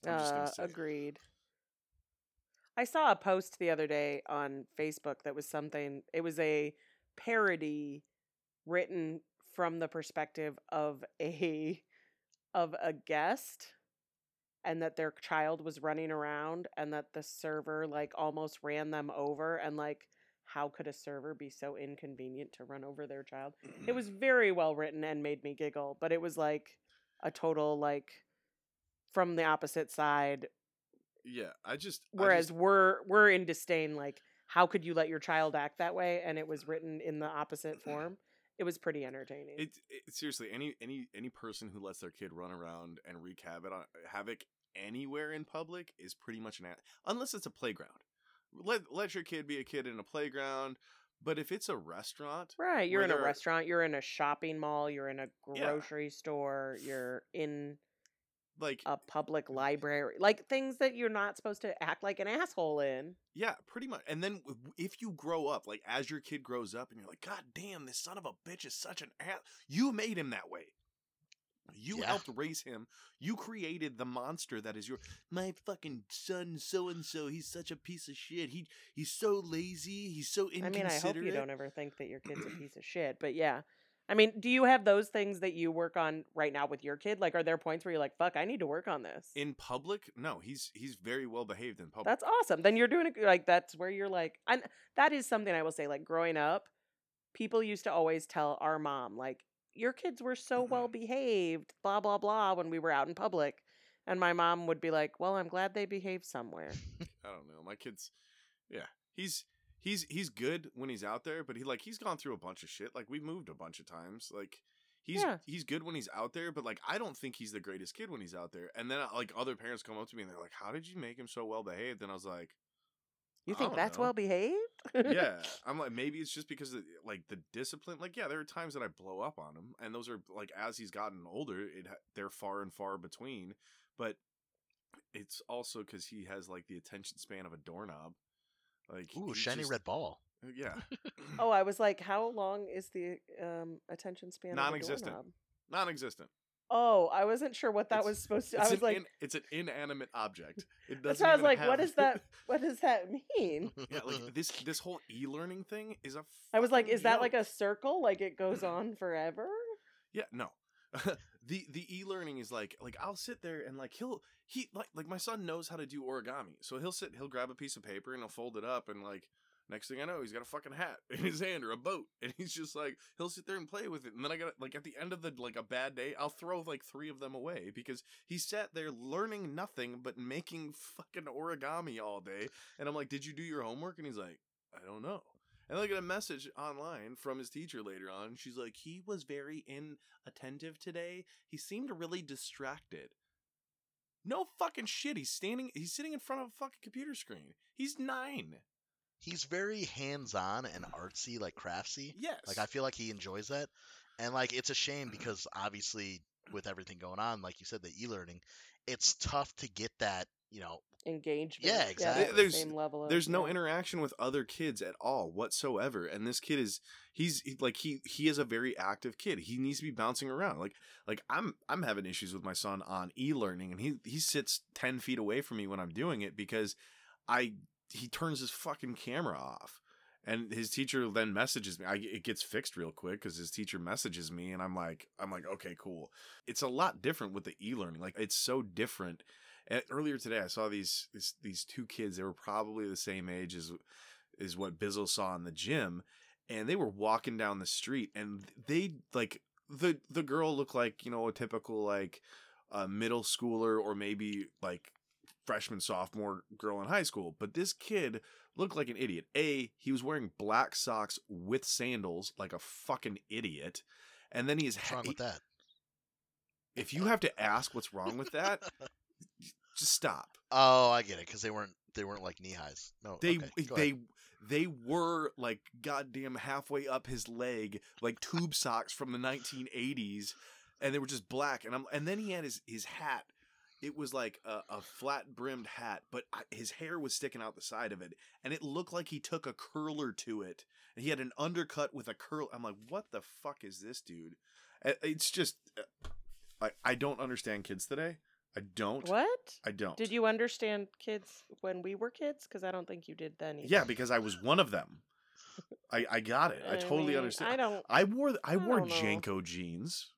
[SPEAKER 1] I'm just gonna
[SPEAKER 3] Uh,
[SPEAKER 1] say it.
[SPEAKER 3] agreed. I saw a post the other day on Facebook that was something, it was a parody written from the perspective of a of a guest and that their child was running around and that the server like almost ran them over and like how could a server be so inconvenient to run over their child? It was very well written and made me giggle, but it was like a total like from the opposite side
[SPEAKER 1] Yeah, I just I
[SPEAKER 3] whereas
[SPEAKER 1] just-
[SPEAKER 3] we're we're in disdain like how could you let your child act that way and it was written in the opposite form it was pretty entertaining
[SPEAKER 1] it, it seriously any any any person who lets their kid run around and wreak havoc on, havoc anywhere in public is pretty much an a- unless it's a playground. Let let your kid be a kid in a playground, but if it's a restaurant,
[SPEAKER 3] right you're
[SPEAKER 1] where
[SPEAKER 3] in a
[SPEAKER 1] there are-
[SPEAKER 3] restaurant you're in a shopping mall you're in a
[SPEAKER 1] Yeah.
[SPEAKER 3] grocery store you're in
[SPEAKER 1] like
[SPEAKER 3] a public library like things that you're not supposed to act like an asshole in
[SPEAKER 1] Yeah, pretty much. And then w- if you grow up, like as your kid grows up, and you're like, God damn, this son of a bitch is such an ass. You made him that way. You
[SPEAKER 2] Yeah.
[SPEAKER 1] helped raise him. You created the monster that is your my fucking son, so and so. He's such a piece of shit. He he's so lazy. He's so
[SPEAKER 3] i
[SPEAKER 1] inconsiderate.
[SPEAKER 3] mean i hope you don't ever think that your kid's a piece of shit but yeah i mean do you have those things that you work on right now with your kid like are there points where you're like fuck i need to work on this
[SPEAKER 1] In public, no, he's he's very well behaved in public.
[SPEAKER 3] That's awesome. Then you're doing it like that's where you're like, and that is something I will say. Like growing up, people used to always tell our mom like, "Your kids were so
[SPEAKER 1] Mm-hmm.
[SPEAKER 3] well behaved," blah blah blah, when we were out in public, and my mom would be like, "Well, I'm glad they behaved somewhere."
[SPEAKER 1] I don't know. My kid's yeah. He's he's he's good when he's out there, but he like he's gone through a bunch of shit. Like we've moved a bunch of times. Like he's
[SPEAKER 3] Yeah.
[SPEAKER 1] he's good when he's out there, but like I don't think he's the greatest kid when he's out there. And then like other parents come up to me and they're like, "How did you make him so well behaved?" And I was like,
[SPEAKER 3] You
[SPEAKER 1] I
[SPEAKER 3] think
[SPEAKER 1] don't
[SPEAKER 3] that's
[SPEAKER 1] know.
[SPEAKER 3] well behaved?
[SPEAKER 1] "Yeah." I'm like maybe it's just because of, like the discipline. Like yeah, there are times that I blow up on him, and those are like as he's gotten older, it ha- they're far and far between. But it's also because he has like the attention span of a doorknob. Like
[SPEAKER 2] Ooh,
[SPEAKER 1] he
[SPEAKER 2] shiny
[SPEAKER 1] just-
[SPEAKER 2] red ball.
[SPEAKER 1] uh, Yeah.
[SPEAKER 3] oh, I was like, how long is the um, attention span? of a
[SPEAKER 1] Non-existent.
[SPEAKER 3] doorknob?
[SPEAKER 1] Non-existent.
[SPEAKER 3] Oh, I wasn't sure what that
[SPEAKER 1] It's-
[SPEAKER 3] was supposed to. I
[SPEAKER 1] It's
[SPEAKER 3] was
[SPEAKER 1] an
[SPEAKER 3] like,
[SPEAKER 1] in- it's an inanimate object. It
[SPEAKER 3] that's
[SPEAKER 1] doesn't
[SPEAKER 3] why I was
[SPEAKER 1] even
[SPEAKER 3] like,
[SPEAKER 1] have-
[SPEAKER 3] what is that? What does that mean?
[SPEAKER 1] yeah, like this this whole e-learning thing is a
[SPEAKER 3] I was like,
[SPEAKER 1] fucking
[SPEAKER 3] is that like
[SPEAKER 1] joke.
[SPEAKER 3] a circle? Like it goes on forever?
[SPEAKER 1] Yeah, no. the the e-learning is like like I'll sit there and like he'll he like like my son knows how to do origami. So he'll sit he'll grab a piece of paper and he'll fold it up and like next thing I know he's got a fucking hat in his hand or a boat and he's just like he'll sit there and play with it. And then I got like at the end of the like a bad day, I'll throw like 3 of them away because he sat there learning nothing but making fucking origami all day. And I'm like, "Did you do your homework?" and he's like, "I don't know." And I get a message online from his teacher later on. She's like, "He was very in attentive today. He seemed really distracted. No fucking shit. He's standing. He's sitting in front of a fucking computer screen. He's nine.
[SPEAKER 2] He's very hands-on and artsy, like craftsy.
[SPEAKER 1] Yes.
[SPEAKER 2] Like I feel like he enjoys that. And like it's a shame
[SPEAKER 1] Mm-hmm.
[SPEAKER 2] because obviously with everything going on, like you said, the e-learning, it's tough to get that, you know,
[SPEAKER 3] Engagement. that
[SPEAKER 2] exactly.
[SPEAKER 1] There's-
[SPEAKER 3] same level of,
[SPEAKER 1] There's no
[SPEAKER 3] yeah.
[SPEAKER 1] interaction with other kids at all whatsoever. And this kid is he's he- like he he is a very active kid. He needs to be bouncing around. Like like I'm I'm having issues with my son on e-learning and he he sits 10 feet away from me when I'm doing it because I he turns his fucking camera off. And his teacher then messages me. I, it gets fixed real quick because his teacher messages me, and I'm like, I'm like, okay, cool. It's a lot different with the e-learning. Like it's so different and Eh, earlier today I saw these, these these two kids. They were probably the same age as is what Bizzle saw in the gym, and they were walking down the street, and they like the the girl looked like you know a typical like uh, middle schooler or maybe like freshman sophomore girl in high school, but this kid looked like an idiot. A he was wearing black socks with sandals like a fucking idiot. And then he's
[SPEAKER 2] what's wrong with that?
[SPEAKER 1] if you have to ask what's wrong with that, just stop.
[SPEAKER 2] Oh, I get it, because they weren't they weren't like knee highs. No,
[SPEAKER 1] they
[SPEAKER 2] okay, go
[SPEAKER 1] they
[SPEAKER 2] ahead.
[SPEAKER 1] they were like goddamn halfway up his leg like tube socks from the 1980s and they were just black and I'm and then he had his his hat it was like a, a flat brimmed hat but I, his hair was sticking out the side of it and it looked like he took a curler to it and he had an undercut with a curl I'm like what the fuck is this dude Uh, it's just uh, I I don't understand kids today I don't
[SPEAKER 3] What?
[SPEAKER 1] I don't
[SPEAKER 3] Did you understand kids when we were kids? Because I don't think you did then. Either.
[SPEAKER 1] yeah because I was one of them I, I got it. I, totally
[SPEAKER 3] mean,
[SPEAKER 1] understand.
[SPEAKER 3] I don't.
[SPEAKER 1] I wore th- I,
[SPEAKER 3] I
[SPEAKER 1] wore
[SPEAKER 3] don't know.
[SPEAKER 1] Janko jeans.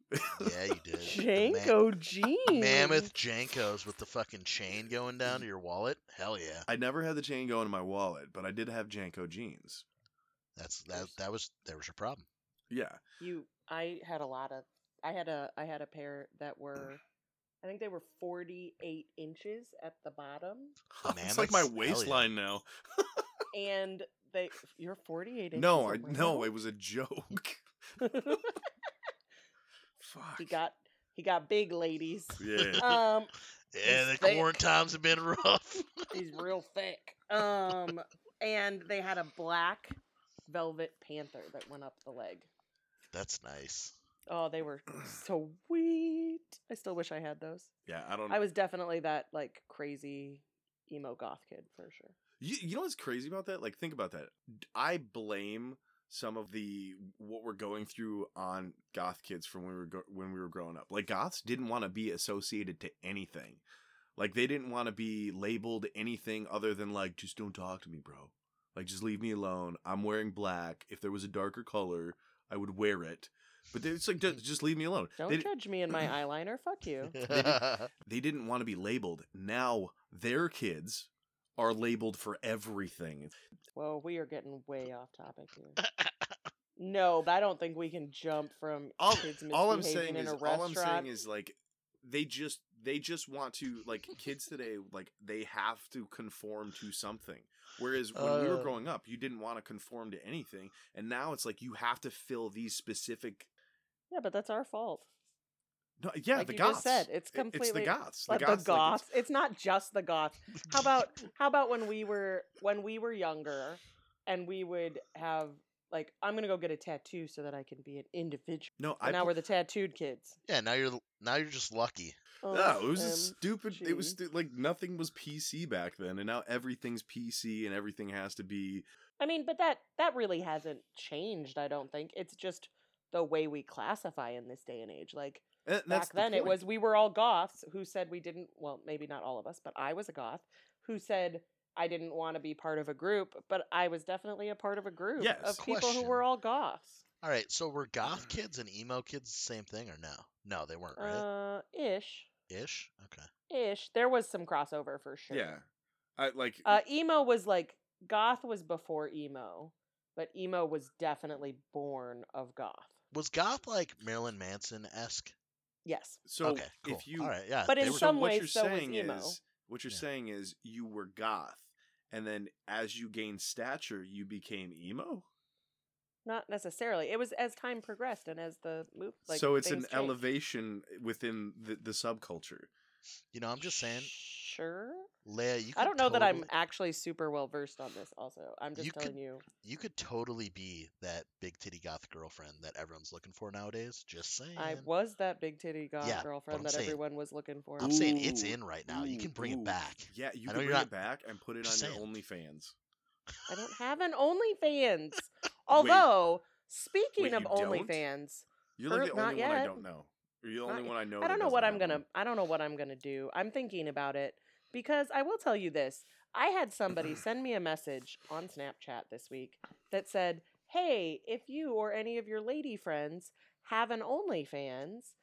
[SPEAKER 2] Yeah, you did. The ma-
[SPEAKER 3] Janko jeans.
[SPEAKER 2] mammoth Jankos with the fucking chain going down to your wallet. Hell yeah.
[SPEAKER 1] I never had the chain going in my wallet, but I did have Janko jeans.
[SPEAKER 2] That's that. That was there was your problem.
[SPEAKER 1] Yeah.
[SPEAKER 3] You. I had a lot of. I had a. I had a pair that were. I think they were 48 inches at the bottom,
[SPEAKER 1] it's like my
[SPEAKER 2] Mammoths? Hell yeah.
[SPEAKER 1] waistline now.
[SPEAKER 3] and they. You're 48 inches.
[SPEAKER 1] No, I
[SPEAKER 3] away
[SPEAKER 1] no,
[SPEAKER 3] now?
[SPEAKER 1] it was a joke. Fuck.
[SPEAKER 3] he got. He got big, ladies.
[SPEAKER 1] yeah.
[SPEAKER 3] Um,
[SPEAKER 2] Yeah,
[SPEAKER 3] It's
[SPEAKER 2] the
[SPEAKER 3] thick.
[SPEAKER 2] corn times have been rough.
[SPEAKER 3] he's real thick. Um, and they had a black velvet panther that went up the leg.
[SPEAKER 2] That's nice.
[SPEAKER 3] Oh, they were sweet. I still wish I had those.
[SPEAKER 1] Yeah, I don't
[SPEAKER 3] I was definitely that like crazy emo goth kid for sure.
[SPEAKER 1] You, you know what's crazy about that? Like, think about that. D- I blame some of the what we're going through on goth kids from when we were go- when we were growing up. Like, goths didn't want to be associated to anything. Like, they didn't want to be labeled anything other than like, just don't talk to me, bro. Like, just leave me alone. I'm wearing black. If there was a darker color, I would wear it. But they- it's like, just, just leave me alone.
[SPEAKER 3] Don't
[SPEAKER 1] They-
[SPEAKER 3] judge me in my eyeliner. Fuck you.
[SPEAKER 1] they didn't want to be labeled. Now their kids are labeled for everything.
[SPEAKER 3] Well, we are getting way off topic here. No, but I don't think we can jump from
[SPEAKER 1] all,
[SPEAKER 3] kids
[SPEAKER 1] all I'm
[SPEAKER 3] misbehaving
[SPEAKER 1] saying
[SPEAKER 3] in
[SPEAKER 1] is
[SPEAKER 3] a
[SPEAKER 1] all I'm saying
[SPEAKER 3] restaurant.
[SPEAKER 1] is like they just they just want to like kids today like they have to conform to something. Whereas when we were
[SPEAKER 2] Uh.
[SPEAKER 1] growing up, you didn't want to conform to anything, and now it's like you have to fill these specific.
[SPEAKER 3] yeah, but that's our fault.
[SPEAKER 1] No, yeah,
[SPEAKER 3] like
[SPEAKER 1] the
[SPEAKER 3] you
[SPEAKER 1] goths.
[SPEAKER 3] just said, it's
[SPEAKER 1] It-
[SPEAKER 3] completely
[SPEAKER 1] It's the goths.
[SPEAKER 3] But the goths.
[SPEAKER 1] like, it's-
[SPEAKER 3] it's not just the goths. How about how about when we were when we were younger and we would have like I'm gonna go get a tattoo so that I can be an individual.
[SPEAKER 1] no, I.
[SPEAKER 3] And now we're the tattooed kids.
[SPEAKER 2] yeah, now you're now you're just lucky.
[SPEAKER 3] Oh,
[SPEAKER 1] No, it was just stupid. It was
[SPEAKER 3] OMG.
[SPEAKER 1] stu- like nothing was PC back then, and now everything's PC, and everything has to be.
[SPEAKER 3] I mean, but that that really hasn't changed. I don't think it's just the way we classify in this day and age. Like
[SPEAKER 1] and that's
[SPEAKER 3] back
[SPEAKER 1] the
[SPEAKER 3] then, it
[SPEAKER 1] point.
[SPEAKER 3] was we were all goths who said we didn't. Well, maybe not all of us, but I was a goth who said I didn't want to be part of a group. But I was definitely a part of a group
[SPEAKER 1] Yes.
[SPEAKER 3] of people who were
[SPEAKER 2] Question.
[SPEAKER 3] all goths.
[SPEAKER 2] All right, so were
[SPEAKER 1] Mm.
[SPEAKER 2] goth kids and emo kids the same thing or no? No, they weren't, right?
[SPEAKER 3] Uh, ish,
[SPEAKER 2] Ish. Okay.
[SPEAKER 3] ish. There was some crossover for sure.
[SPEAKER 1] Yeah, I like.
[SPEAKER 3] Uh, emo was like goth was before emo, but emo was definitely born of goth.
[SPEAKER 2] Was goth like Marilyn Manson esque?
[SPEAKER 3] Yes.
[SPEAKER 1] so
[SPEAKER 2] okay. Cool.
[SPEAKER 1] if you
[SPEAKER 2] All right. Yeah.
[SPEAKER 3] But
[SPEAKER 2] they
[SPEAKER 3] in
[SPEAKER 2] were-
[SPEAKER 3] some
[SPEAKER 1] what
[SPEAKER 3] ways,
[SPEAKER 1] you're
[SPEAKER 3] so was
[SPEAKER 1] saying
[SPEAKER 3] emo.
[SPEAKER 1] is what you're
[SPEAKER 2] Yeah.
[SPEAKER 1] saying is you were goth, and then as you gained stature, you became emo.
[SPEAKER 3] Not necessarily. It was as time progressed and as the move. Like,
[SPEAKER 1] so it's an
[SPEAKER 3] things changed.
[SPEAKER 1] elevation within the, the subculture.
[SPEAKER 2] you know, I'm just saying,
[SPEAKER 3] Sure.
[SPEAKER 2] Leia. You.
[SPEAKER 3] I
[SPEAKER 2] could
[SPEAKER 3] don't know that I'm
[SPEAKER 2] totally-
[SPEAKER 3] actually super well versed on this. Also, I'm just
[SPEAKER 2] You could-
[SPEAKER 3] telling you.
[SPEAKER 2] You could totally be that big titty goth girlfriend that everyone's looking for nowadays. Just saying.
[SPEAKER 3] I was that big titty goth
[SPEAKER 2] Yeah, but
[SPEAKER 3] girlfriend
[SPEAKER 2] I'm
[SPEAKER 3] that
[SPEAKER 2] saying-
[SPEAKER 3] everyone was looking for.
[SPEAKER 2] I'm saying it's
[SPEAKER 1] Ooh,
[SPEAKER 2] in right now. You can bring
[SPEAKER 1] ooh.
[SPEAKER 2] it back.
[SPEAKER 1] Yeah, you
[SPEAKER 2] I
[SPEAKER 1] can
[SPEAKER 2] know
[SPEAKER 1] bring
[SPEAKER 2] you're
[SPEAKER 1] it
[SPEAKER 2] not-
[SPEAKER 1] back and put it on
[SPEAKER 2] Just
[SPEAKER 1] your
[SPEAKER 2] saying.
[SPEAKER 1] OnlyFans.
[SPEAKER 3] I don't have an OnlyFans. Although, speaking
[SPEAKER 1] Wait,
[SPEAKER 3] of
[SPEAKER 1] you don't?
[SPEAKER 3] OnlyFans,
[SPEAKER 1] You're like
[SPEAKER 3] Or
[SPEAKER 1] the
[SPEAKER 3] not
[SPEAKER 1] only one I
[SPEAKER 3] yet.
[SPEAKER 1] don't know. You're the only
[SPEAKER 3] Not-
[SPEAKER 1] one I know.
[SPEAKER 3] I
[SPEAKER 1] that
[SPEAKER 3] don't know
[SPEAKER 1] doesn't
[SPEAKER 3] what I'm
[SPEAKER 1] have one.
[SPEAKER 3] gonna. I don't know what I'm gonna do. I'm thinking about it because I will tell you this. I had somebody send me a message on Snapchat this week that said, "Hey, if you or any of your lady friends have an OnlyFans."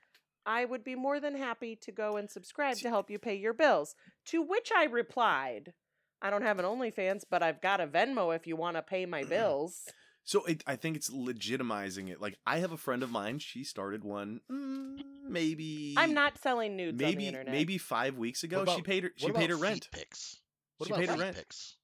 [SPEAKER 3] I would be more than happy to go and subscribe to help you pay your bills. To which I replied, I don't have an OnlyFans, but I've got a Venmo if you want to pay my bills.
[SPEAKER 1] So it, I think it's legitimizing it. Like I have a friend of mine. She started one. mm, maybe
[SPEAKER 3] I'm not selling nudes on the
[SPEAKER 1] Maybe
[SPEAKER 3] internet.
[SPEAKER 1] maybe five weeks ago
[SPEAKER 2] about-
[SPEAKER 1] she paid her she
[SPEAKER 2] What
[SPEAKER 1] paid
[SPEAKER 2] about
[SPEAKER 1] her
[SPEAKER 2] feet
[SPEAKER 1] rent.
[SPEAKER 2] Pics? What
[SPEAKER 1] She
[SPEAKER 2] about
[SPEAKER 1] paid her
[SPEAKER 2] feet
[SPEAKER 1] rent.
[SPEAKER 2] Pics?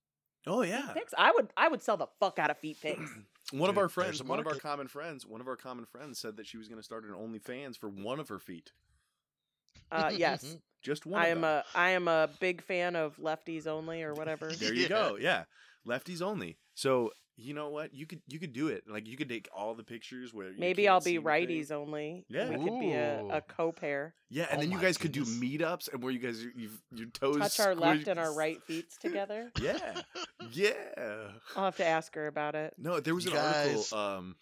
[SPEAKER 1] Oh
[SPEAKER 3] Feet
[SPEAKER 1] yeah.
[SPEAKER 3] pics? I would I would sell the fuck out of feet pics.
[SPEAKER 1] One of
[SPEAKER 2] Dude,
[SPEAKER 1] our
[SPEAKER 2] there's
[SPEAKER 1] friends,
[SPEAKER 2] a
[SPEAKER 1] one of our
[SPEAKER 2] market.
[SPEAKER 1] common friends, one of our common friends said that she was going to start an OnlyFans for one of her feet,
[SPEAKER 3] Uh, yes,
[SPEAKER 1] just one.
[SPEAKER 3] I
[SPEAKER 1] of
[SPEAKER 3] am
[SPEAKER 1] them.
[SPEAKER 3] a I am a big fan of lefties only or whatever.
[SPEAKER 1] There you
[SPEAKER 2] Yeah.
[SPEAKER 1] go. Yeah, lefties only. So you know what? You could you could do it. Like you could take all the pictures where you
[SPEAKER 3] Maybe
[SPEAKER 1] can't
[SPEAKER 3] I'll
[SPEAKER 1] see
[SPEAKER 3] be
[SPEAKER 1] the thing.
[SPEAKER 3] righties only. and
[SPEAKER 1] Yeah.
[SPEAKER 3] we could be a,
[SPEAKER 2] Ooh.
[SPEAKER 3] a co pair.
[SPEAKER 1] Yeah, and
[SPEAKER 2] Oh
[SPEAKER 1] then you
[SPEAKER 2] my
[SPEAKER 1] guys could
[SPEAKER 2] goodness.
[SPEAKER 1] do meetups and where you guys you, your toes
[SPEAKER 3] Touch our left
[SPEAKER 1] squish-
[SPEAKER 3] and our right feet together.
[SPEAKER 1] Yeah, yeah.
[SPEAKER 3] I'll have to ask her about it.
[SPEAKER 1] No, there was
[SPEAKER 2] You
[SPEAKER 1] an
[SPEAKER 2] guys-
[SPEAKER 1] article. Um,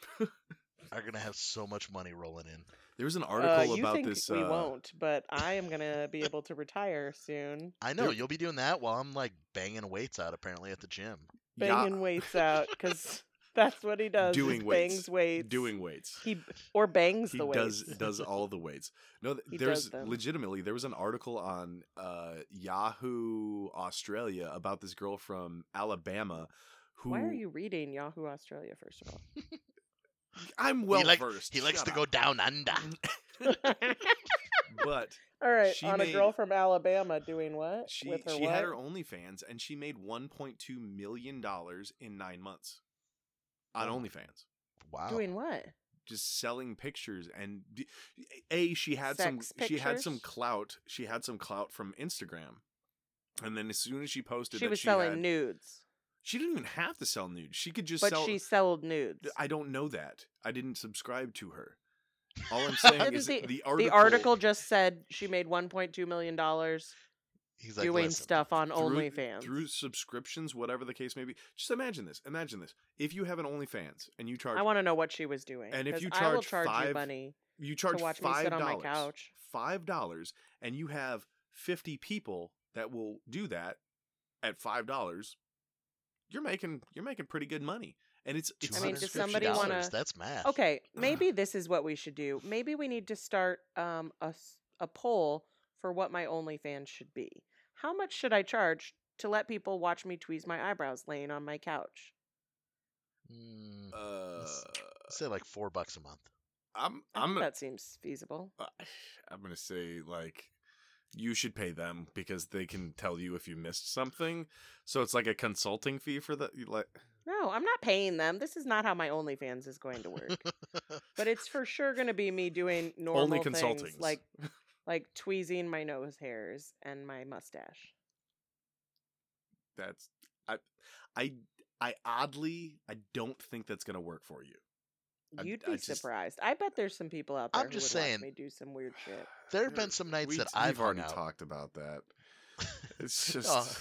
[SPEAKER 2] Are gonna have so much money rolling in.
[SPEAKER 1] there was an
[SPEAKER 3] Uh,
[SPEAKER 1] article
[SPEAKER 3] you
[SPEAKER 1] about
[SPEAKER 3] think
[SPEAKER 1] this.
[SPEAKER 3] we
[SPEAKER 1] uh,
[SPEAKER 3] won't, but I am gonna be able to retire soon.
[SPEAKER 2] I know
[SPEAKER 1] There-
[SPEAKER 2] you'll be doing that while I'm like banging weights out apparently at the gym.
[SPEAKER 1] Ya-
[SPEAKER 3] Banging weights out because That's what he does. is
[SPEAKER 1] Doing weights.
[SPEAKER 3] bangs weights.
[SPEAKER 1] doing weights.
[SPEAKER 3] he or bangs
[SPEAKER 1] he
[SPEAKER 3] the
[SPEAKER 1] does
[SPEAKER 3] weights.
[SPEAKER 1] does all the weights. No, th-
[SPEAKER 3] He does
[SPEAKER 1] there's
[SPEAKER 3] them.
[SPEAKER 1] legitimately there was an article on uh, Yahoo Australia about this girl from Alabama who
[SPEAKER 3] Why are you reading Yahoo Australia first of all?
[SPEAKER 1] I'm well
[SPEAKER 2] like-
[SPEAKER 1] versed.
[SPEAKER 2] He likes
[SPEAKER 1] shut
[SPEAKER 2] to
[SPEAKER 1] up.
[SPEAKER 2] go down under.
[SPEAKER 3] Mm.
[SPEAKER 1] But
[SPEAKER 3] all right,
[SPEAKER 1] She
[SPEAKER 3] on a
[SPEAKER 1] made-
[SPEAKER 3] girl from Alabama doing what?
[SPEAKER 1] she
[SPEAKER 3] With her
[SPEAKER 1] she
[SPEAKER 3] what?
[SPEAKER 1] had her OnlyFans and she made 1.2 million dollars in nine months on
[SPEAKER 3] Oh.
[SPEAKER 2] Wow.
[SPEAKER 1] OnlyFans,
[SPEAKER 2] Wow.
[SPEAKER 3] Doing what?
[SPEAKER 1] just selling pictures and d- a she had
[SPEAKER 3] Sex
[SPEAKER 1] some she had some
[SPEAKER 3] pictures?
[SPEAKER 1] clout she had some clout from Instagram, and then as soon as she posted
[SPEAKER 3] She
[SPEAKER 1] that
[SPEAKER 3] was
[SPEAKER 1] she
[SPEAKER 3] selling
[SPEAKER 1] had,
[SPEAKER 3] nudes,
[SPEAKER 1] She didn't even have to sell nudes. She could just
[SPEAKER 3] but
[SPEAKER 1] sell.
[SPEAKER 3] she sold nudes.
[SPEAKER 1] I don't know that. I didn't subscribe to her. All I'm saying
[SPEAKER 3] Didn't
[SPEAKER 1] is
[SPEAKER 3] the-
[SPEAKER 1] that the article,
[SPEAKER 3] the article just said she made 1.2 million dollars
[SPEAKER 2] He's like,
[SPEAKER 3] doing
[SPEAKER 2] "Listen,
[SPEAKER 3] stuff on
[SPEAKER 1] through,
[SPEAKER 3] OnlyFans.
[SPEAKER 1] through subscriptions, whatever the case may be. Just imagine this. Imagine this. If you have an OnlyFans and you charge,
[SPEAKER 3] I want to know what she was doing.
[SPEAKER 1] And if
[SPEAKER 3] 'cause
[SPEAKER 1] you
[SPEAKER 3] I will
[SPEAKER 1] charge
[SPEAKER 3] charge you
[SPEAKER 1] five-
[SPEAKER 3] money.
[SPEAKER 1] you charge
[SPEAKER 3] watch me
[SPEAKER 1] five
[SPEAKER 3] sit on my
[SPEAKER 1] dollars,
[SPEAKER 3] couch.
[SPEAKER 1] five dollars, and you have fifty people that will do that at five dollars. You're making you're making pretty good money, and it's it's
[SPEAKER 3] I mean, does somebody
[SPEAKER 1] subscriptions.
[SPEAKER 3] wanna-
[SPEAKER 2] $250? That's math.
[SPEAKER 3] Okay, maybe this is what we should do. Maybe we need to start um, a s- a poll for what my OnlyFans should be. How much should I charge to let people watch me tweeze my eyebrows laying on my couch?
[SPEAKER 2] Mm,
[SPEAKER 1] Uh,
[SPEAKER 2] say like four bucks a month.
[SPEAKER 1] I'm
[SPEAKER 3] I think
[SPEAKER 1] I'm
[SPEAKER 3] that seems feasible.
[SPEAKER 1] Uh, I'm gonna say like you should pay them because they can tell you if you missed something. So it's like a consulting fee for the you like.
[SPEAKER 3] No, I'm not paying them. This is not how my OnlyFans is going to work. but it's for sure going to be me doing normal
[SPEAKER 1] Only
[SPEAKER 3] things
[SPEAKER 1] consultings.
[SPEAKER 3] like like tweezing my nose hairs and my mustache.
[SPEAKER 1] That's I, I, I oddly I don't think that's gonna work for you. I-
[SPEAKER 3] You'd
[SPEAKER 1] I
[SPEAKER 3] be
[SPEAKER 1] just-
[SPEAKER 3] surprised. I bet there's some people out there
[SPEAKER 2] I'm
[SPEAKER 3] who
[SPEAKER 2] just
[SPEAKER 3] would
[SPEAKER 2] saying-
[SPEAKER 3] watch me do some weird shit.
[SPEAKER 2] There have been some nights
[SPEAKER 1] We-
[SPEAKER 2] that
[SPEAKER 1] we've
[SPEAKER 2] I've hung
[SPEAKER 1] already
[SPEAKER 2] out. Oh.
[SPEAKER 1] talked about that. It's just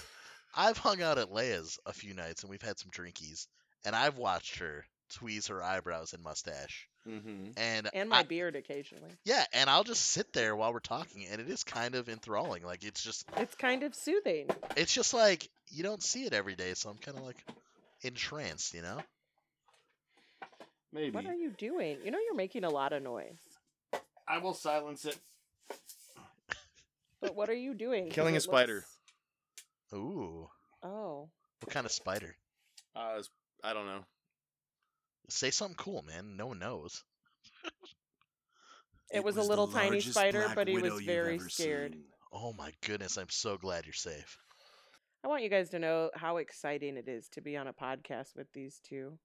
[SPEAKER 2] I've hung out at Leia's a few nights and we've had some drinkies, and I've watched her tweeze her eyebrows and mustache.
[SPEAKER 1] Mhm.
[SPEAKER 2] And,
[SPEAKER 3] And my
[SPEAKER 2] I-
[SPEAKER 3] beard occasionally.
[SPEAKER 2] yeah, and I'll just sit there while we're talking, and it is kind of enthralling. Like it's just,
[SPEAKER 3] It's kind of soothing.
[SPEAKER 2] it's just like you don't see it every day, so I'm kind of like entranced, you know?
[SPEAKER 1] maybe
[SPEAKER 3] What are you doing? You know you're making a lot of noise.
[SPEAKER 1] I will silence it.
[SPEAKER 3] But what are you doing? 'Cause
[SPEAKER 1] Killing a
[SPEAKER 3] it
[SPEAKER 1] spider.
[SPEAKER 3] looks-
[SPEAKER 2] Ooh,
[SPEAKER 3] Oh.
[SPEAKER 2] what kind of spider?
[SPEAKER 1] Uh, it's- I don't know.
[SPEAKER 2] Say something cool, man. No one knows.
[SPEAKER 3] It was a little tiny spider, but he was very scared.
[SPEAKER 2] Oh my goodness, I'm so glad you're safe.
[SPEAKER 3] I want you guys to know how exciting it is to be on a podcast with these two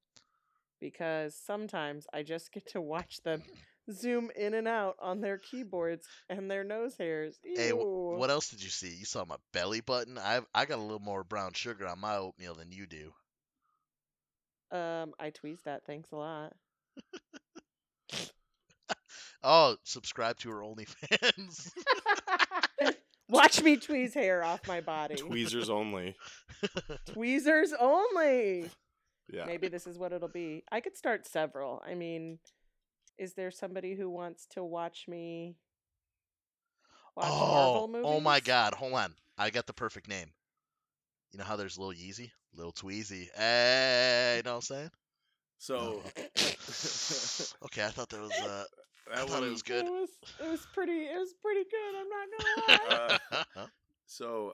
[SPEAKER 3] because sometimes I just get to watch them zoom in and out on their keyboards and their nose hairs.
[SPEAKER 2] Hey, wh-
[SPEAKER 3] Ew.
[SPEAKER 2] what else did you see? You saw my belly button. I I got a little more brown sugar on my oatmeal than you do.
[SPEAKER 3] um, I tweezed that. Thanks a lot.
[SPEAKER 2] Oh, subscribe to her OnlyFans.
[SPEAKER 3] Watch me tweeze hair off my body.
[SPEAKER 1] Tweezers only.
[SPEAKER 3] Tweezers only.
[SPEAKER 1] Yeah.
[SPEAKER 3] Maybe this is what it'll be. I could start several. I mean, is there somebody who wants to watch me watch Marvel
[SPEAKER 2] oh,
[SPEAKER 3] movies?
[SPEAKER 2] oh my God! Hold on, I got the perfect name. You know how there's Lil Yeezy, Lil Tweezy. Hey, you know what I'm saying?
[SPEAKER 1] So
[SPEAKER 2] okay, I thought that was uh. I
[SPEAKER 1] that
[SPEAKER 2] thought
[SPEAKER 1] one
[SPEAKER 2] it
[SPEAKER 1] is
[SPEAKER 2] was good.
[SPEAKER 3] It was it was pretty it was pretty good. I'm not gonna lie.
[SPEAKER 1] So,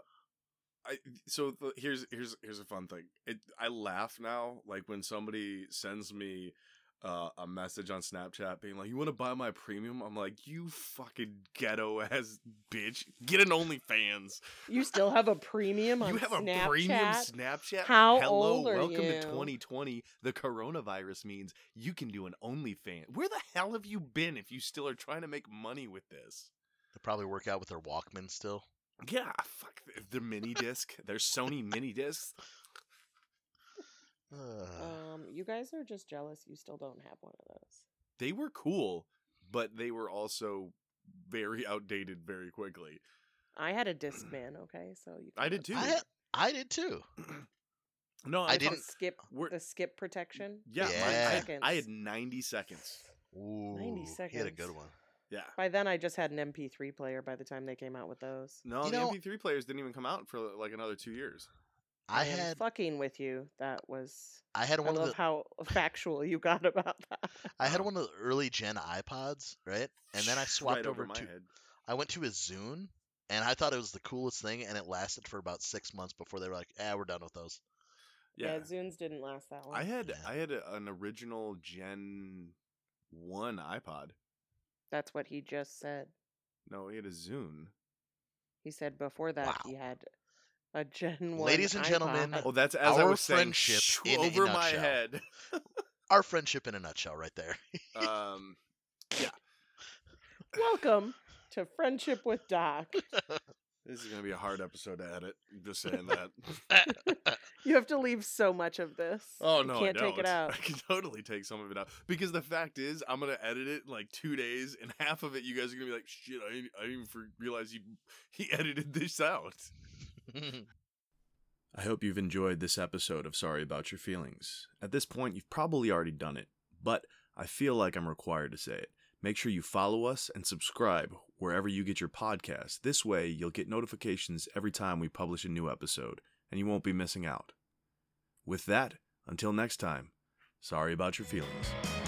[SPEAKER 1] I so the, here's here's here's a fun thing. It, I laugh now, like when somebody sends me uh, a message on Snapchat being like, "You want to buy my premium?" I'm like, "You fucking ghetto ass bitch, get an OnlyFans.
[SPEAKER 3] you still have a premium on
[SPEAKER 1] You have
[SPEAKER 3] Snapchat?
[SPEAKER 1] a premium Snapchat.
[SPEAKER 3] How
[SPEAKER 1] Hello,
[SPEAKER 3] old are
[SPEAKER 1] welcome
[SPEAKER 3] you?"
[SPEAKER 1] to 2020. The coronavirus means you can do an OnlyFans. Where the hell have you been if you still are trying to make money with this?"
[SPEAKER 2] They probably work out with their Walkman still.
[SPEAKER 1] Yeah, fuck th- the mini disc. There's Sony mini discs.
[SPEAKER 2] Uh,
[SPEAKER 3] Um, you guys are just jealous. You still don't have one of those.
[SPEAKER 1] they were cool, but they were also very outdated very quickly.
[SPEAKER 3] I had a Discman. Okay, so you
[SPEAKER 1] I did too.
[SPEAKER 2] I had- I did too.
[SPEAKER 1] no,
[SPEAKER 2] I
[SPEAKER 1] I
[SPEAKER 2] didn't-
[SPEAKER 3] didn't skip
[SPEAKER 1] We're,
[SPEAKER 3] the skip protection.
[SPEAKER 1] yeah, mine-
[SPEAKER 2] Yeah.
[SPEAKER 1] I, had, I had 90 seconds.
[SPEAKER 2] Ooh, he had a good
[SPEAKER 3] seconds.
[SPEAKER 2] one.
[SPEAKER 1] Yeah.
[SPEAKER 3] By then, I just had an MP3 player. By the time they came out with those,
[SPEAKER 1] No,
[SPEAKER 2] You
[SPEAKER 1] the
[SPEAKER 2] know-
[SPEAKER 1] MP3 players didn't even come out for like another two years.
[SPEAKER 2] I
[SPEAKER 3] am
[SPEAKER 2] had
[SPEAKER 3] fucking with you. That was.
[SPEAKER 2] I had
[SPEAKER 3] I
[SPEAKER 2] one of
[SPEAKER 3] love
[SPEAKER 2] the
[SPEAKER 3] how factual you got about that.
[SPEAKER 2] I had one of the early gen iPods, right? And then I swapped
[SPEAKER 1] right
[SPEAKER 2] over,
[SPEAKER 1] my
[SPEAKER 2] to
[SPEAKER 1] head.
[SPEAKER 2] I went to a Zune and I thought it was the coolest thing and it lasted for about 6 months before they were like, "Ah, we're done with those."
[SPEAKER 1] Yeah,
[SPEAKER 3] Zunes didn't last that long.
[SPEAKER 1] I had
[SPEAKER 2] Yeah.
[SPEAKER 1] I had a, an original Gen One iPod.
[SPEAKER 3] That's what he just said.
[SPEAKER 1] No, he had a Zune.
[SPEAKER 3] He said before that
[SPEAKER 2] Wow.
[SPEAKER 3] he had a Gen One.
[SPEAKER 2] Ladies and gentlemen,
[SPEAKER 3] iPod.
[SPEAKER 1] Oh, that's as I
[SPEAKER 2] Our
[SPEAKER 1] was saying.
[SPEAKER 2] friendship
[SPEAKER 1] shoo,
[SPEAKER 2] in a
[SPEAKER 1] over my
[SPEAKER 2] nutshell.
[SPEAKER 1] head.
[SPEAKER 2] Our friendship in a nutshell right there.
[SPEAKER 1] Um,
[SPEAKER 3] welcome to friendship with Doc.
[SPEAKER 1] this is gonna be a hard episode to edit. Just saying that.
[SPEAKER 3] You have to leave so much of this.
[SPEAKER 1] Oh
[SPEAKER 3] You
[SPEAKER 1] no,
[SPEAKER 3] can't
[SPEAKER 1] I
[SPEAKER 3] take it
[SPEAKER 1] don't.
[SPEAKER 3] out.
[SPEAKER 1] I can totally take some of it out because the fact is, I'm gonna edit it in like two days, and half of it you guys are gonna be like, "Shit, I didn't, I didn't even fr- realize he he edited this out." I hope you've enjoyed this episode of Sorry About Your Feelings. At this point, you've probably already done it, but I feel like I'm required to say it. Make sure you follow us and subscribe wherever you get your podcast. This way, you'll get notifications every time we publish a new episode, and you won't be missing out. With that, until next time, sorry about your feelings.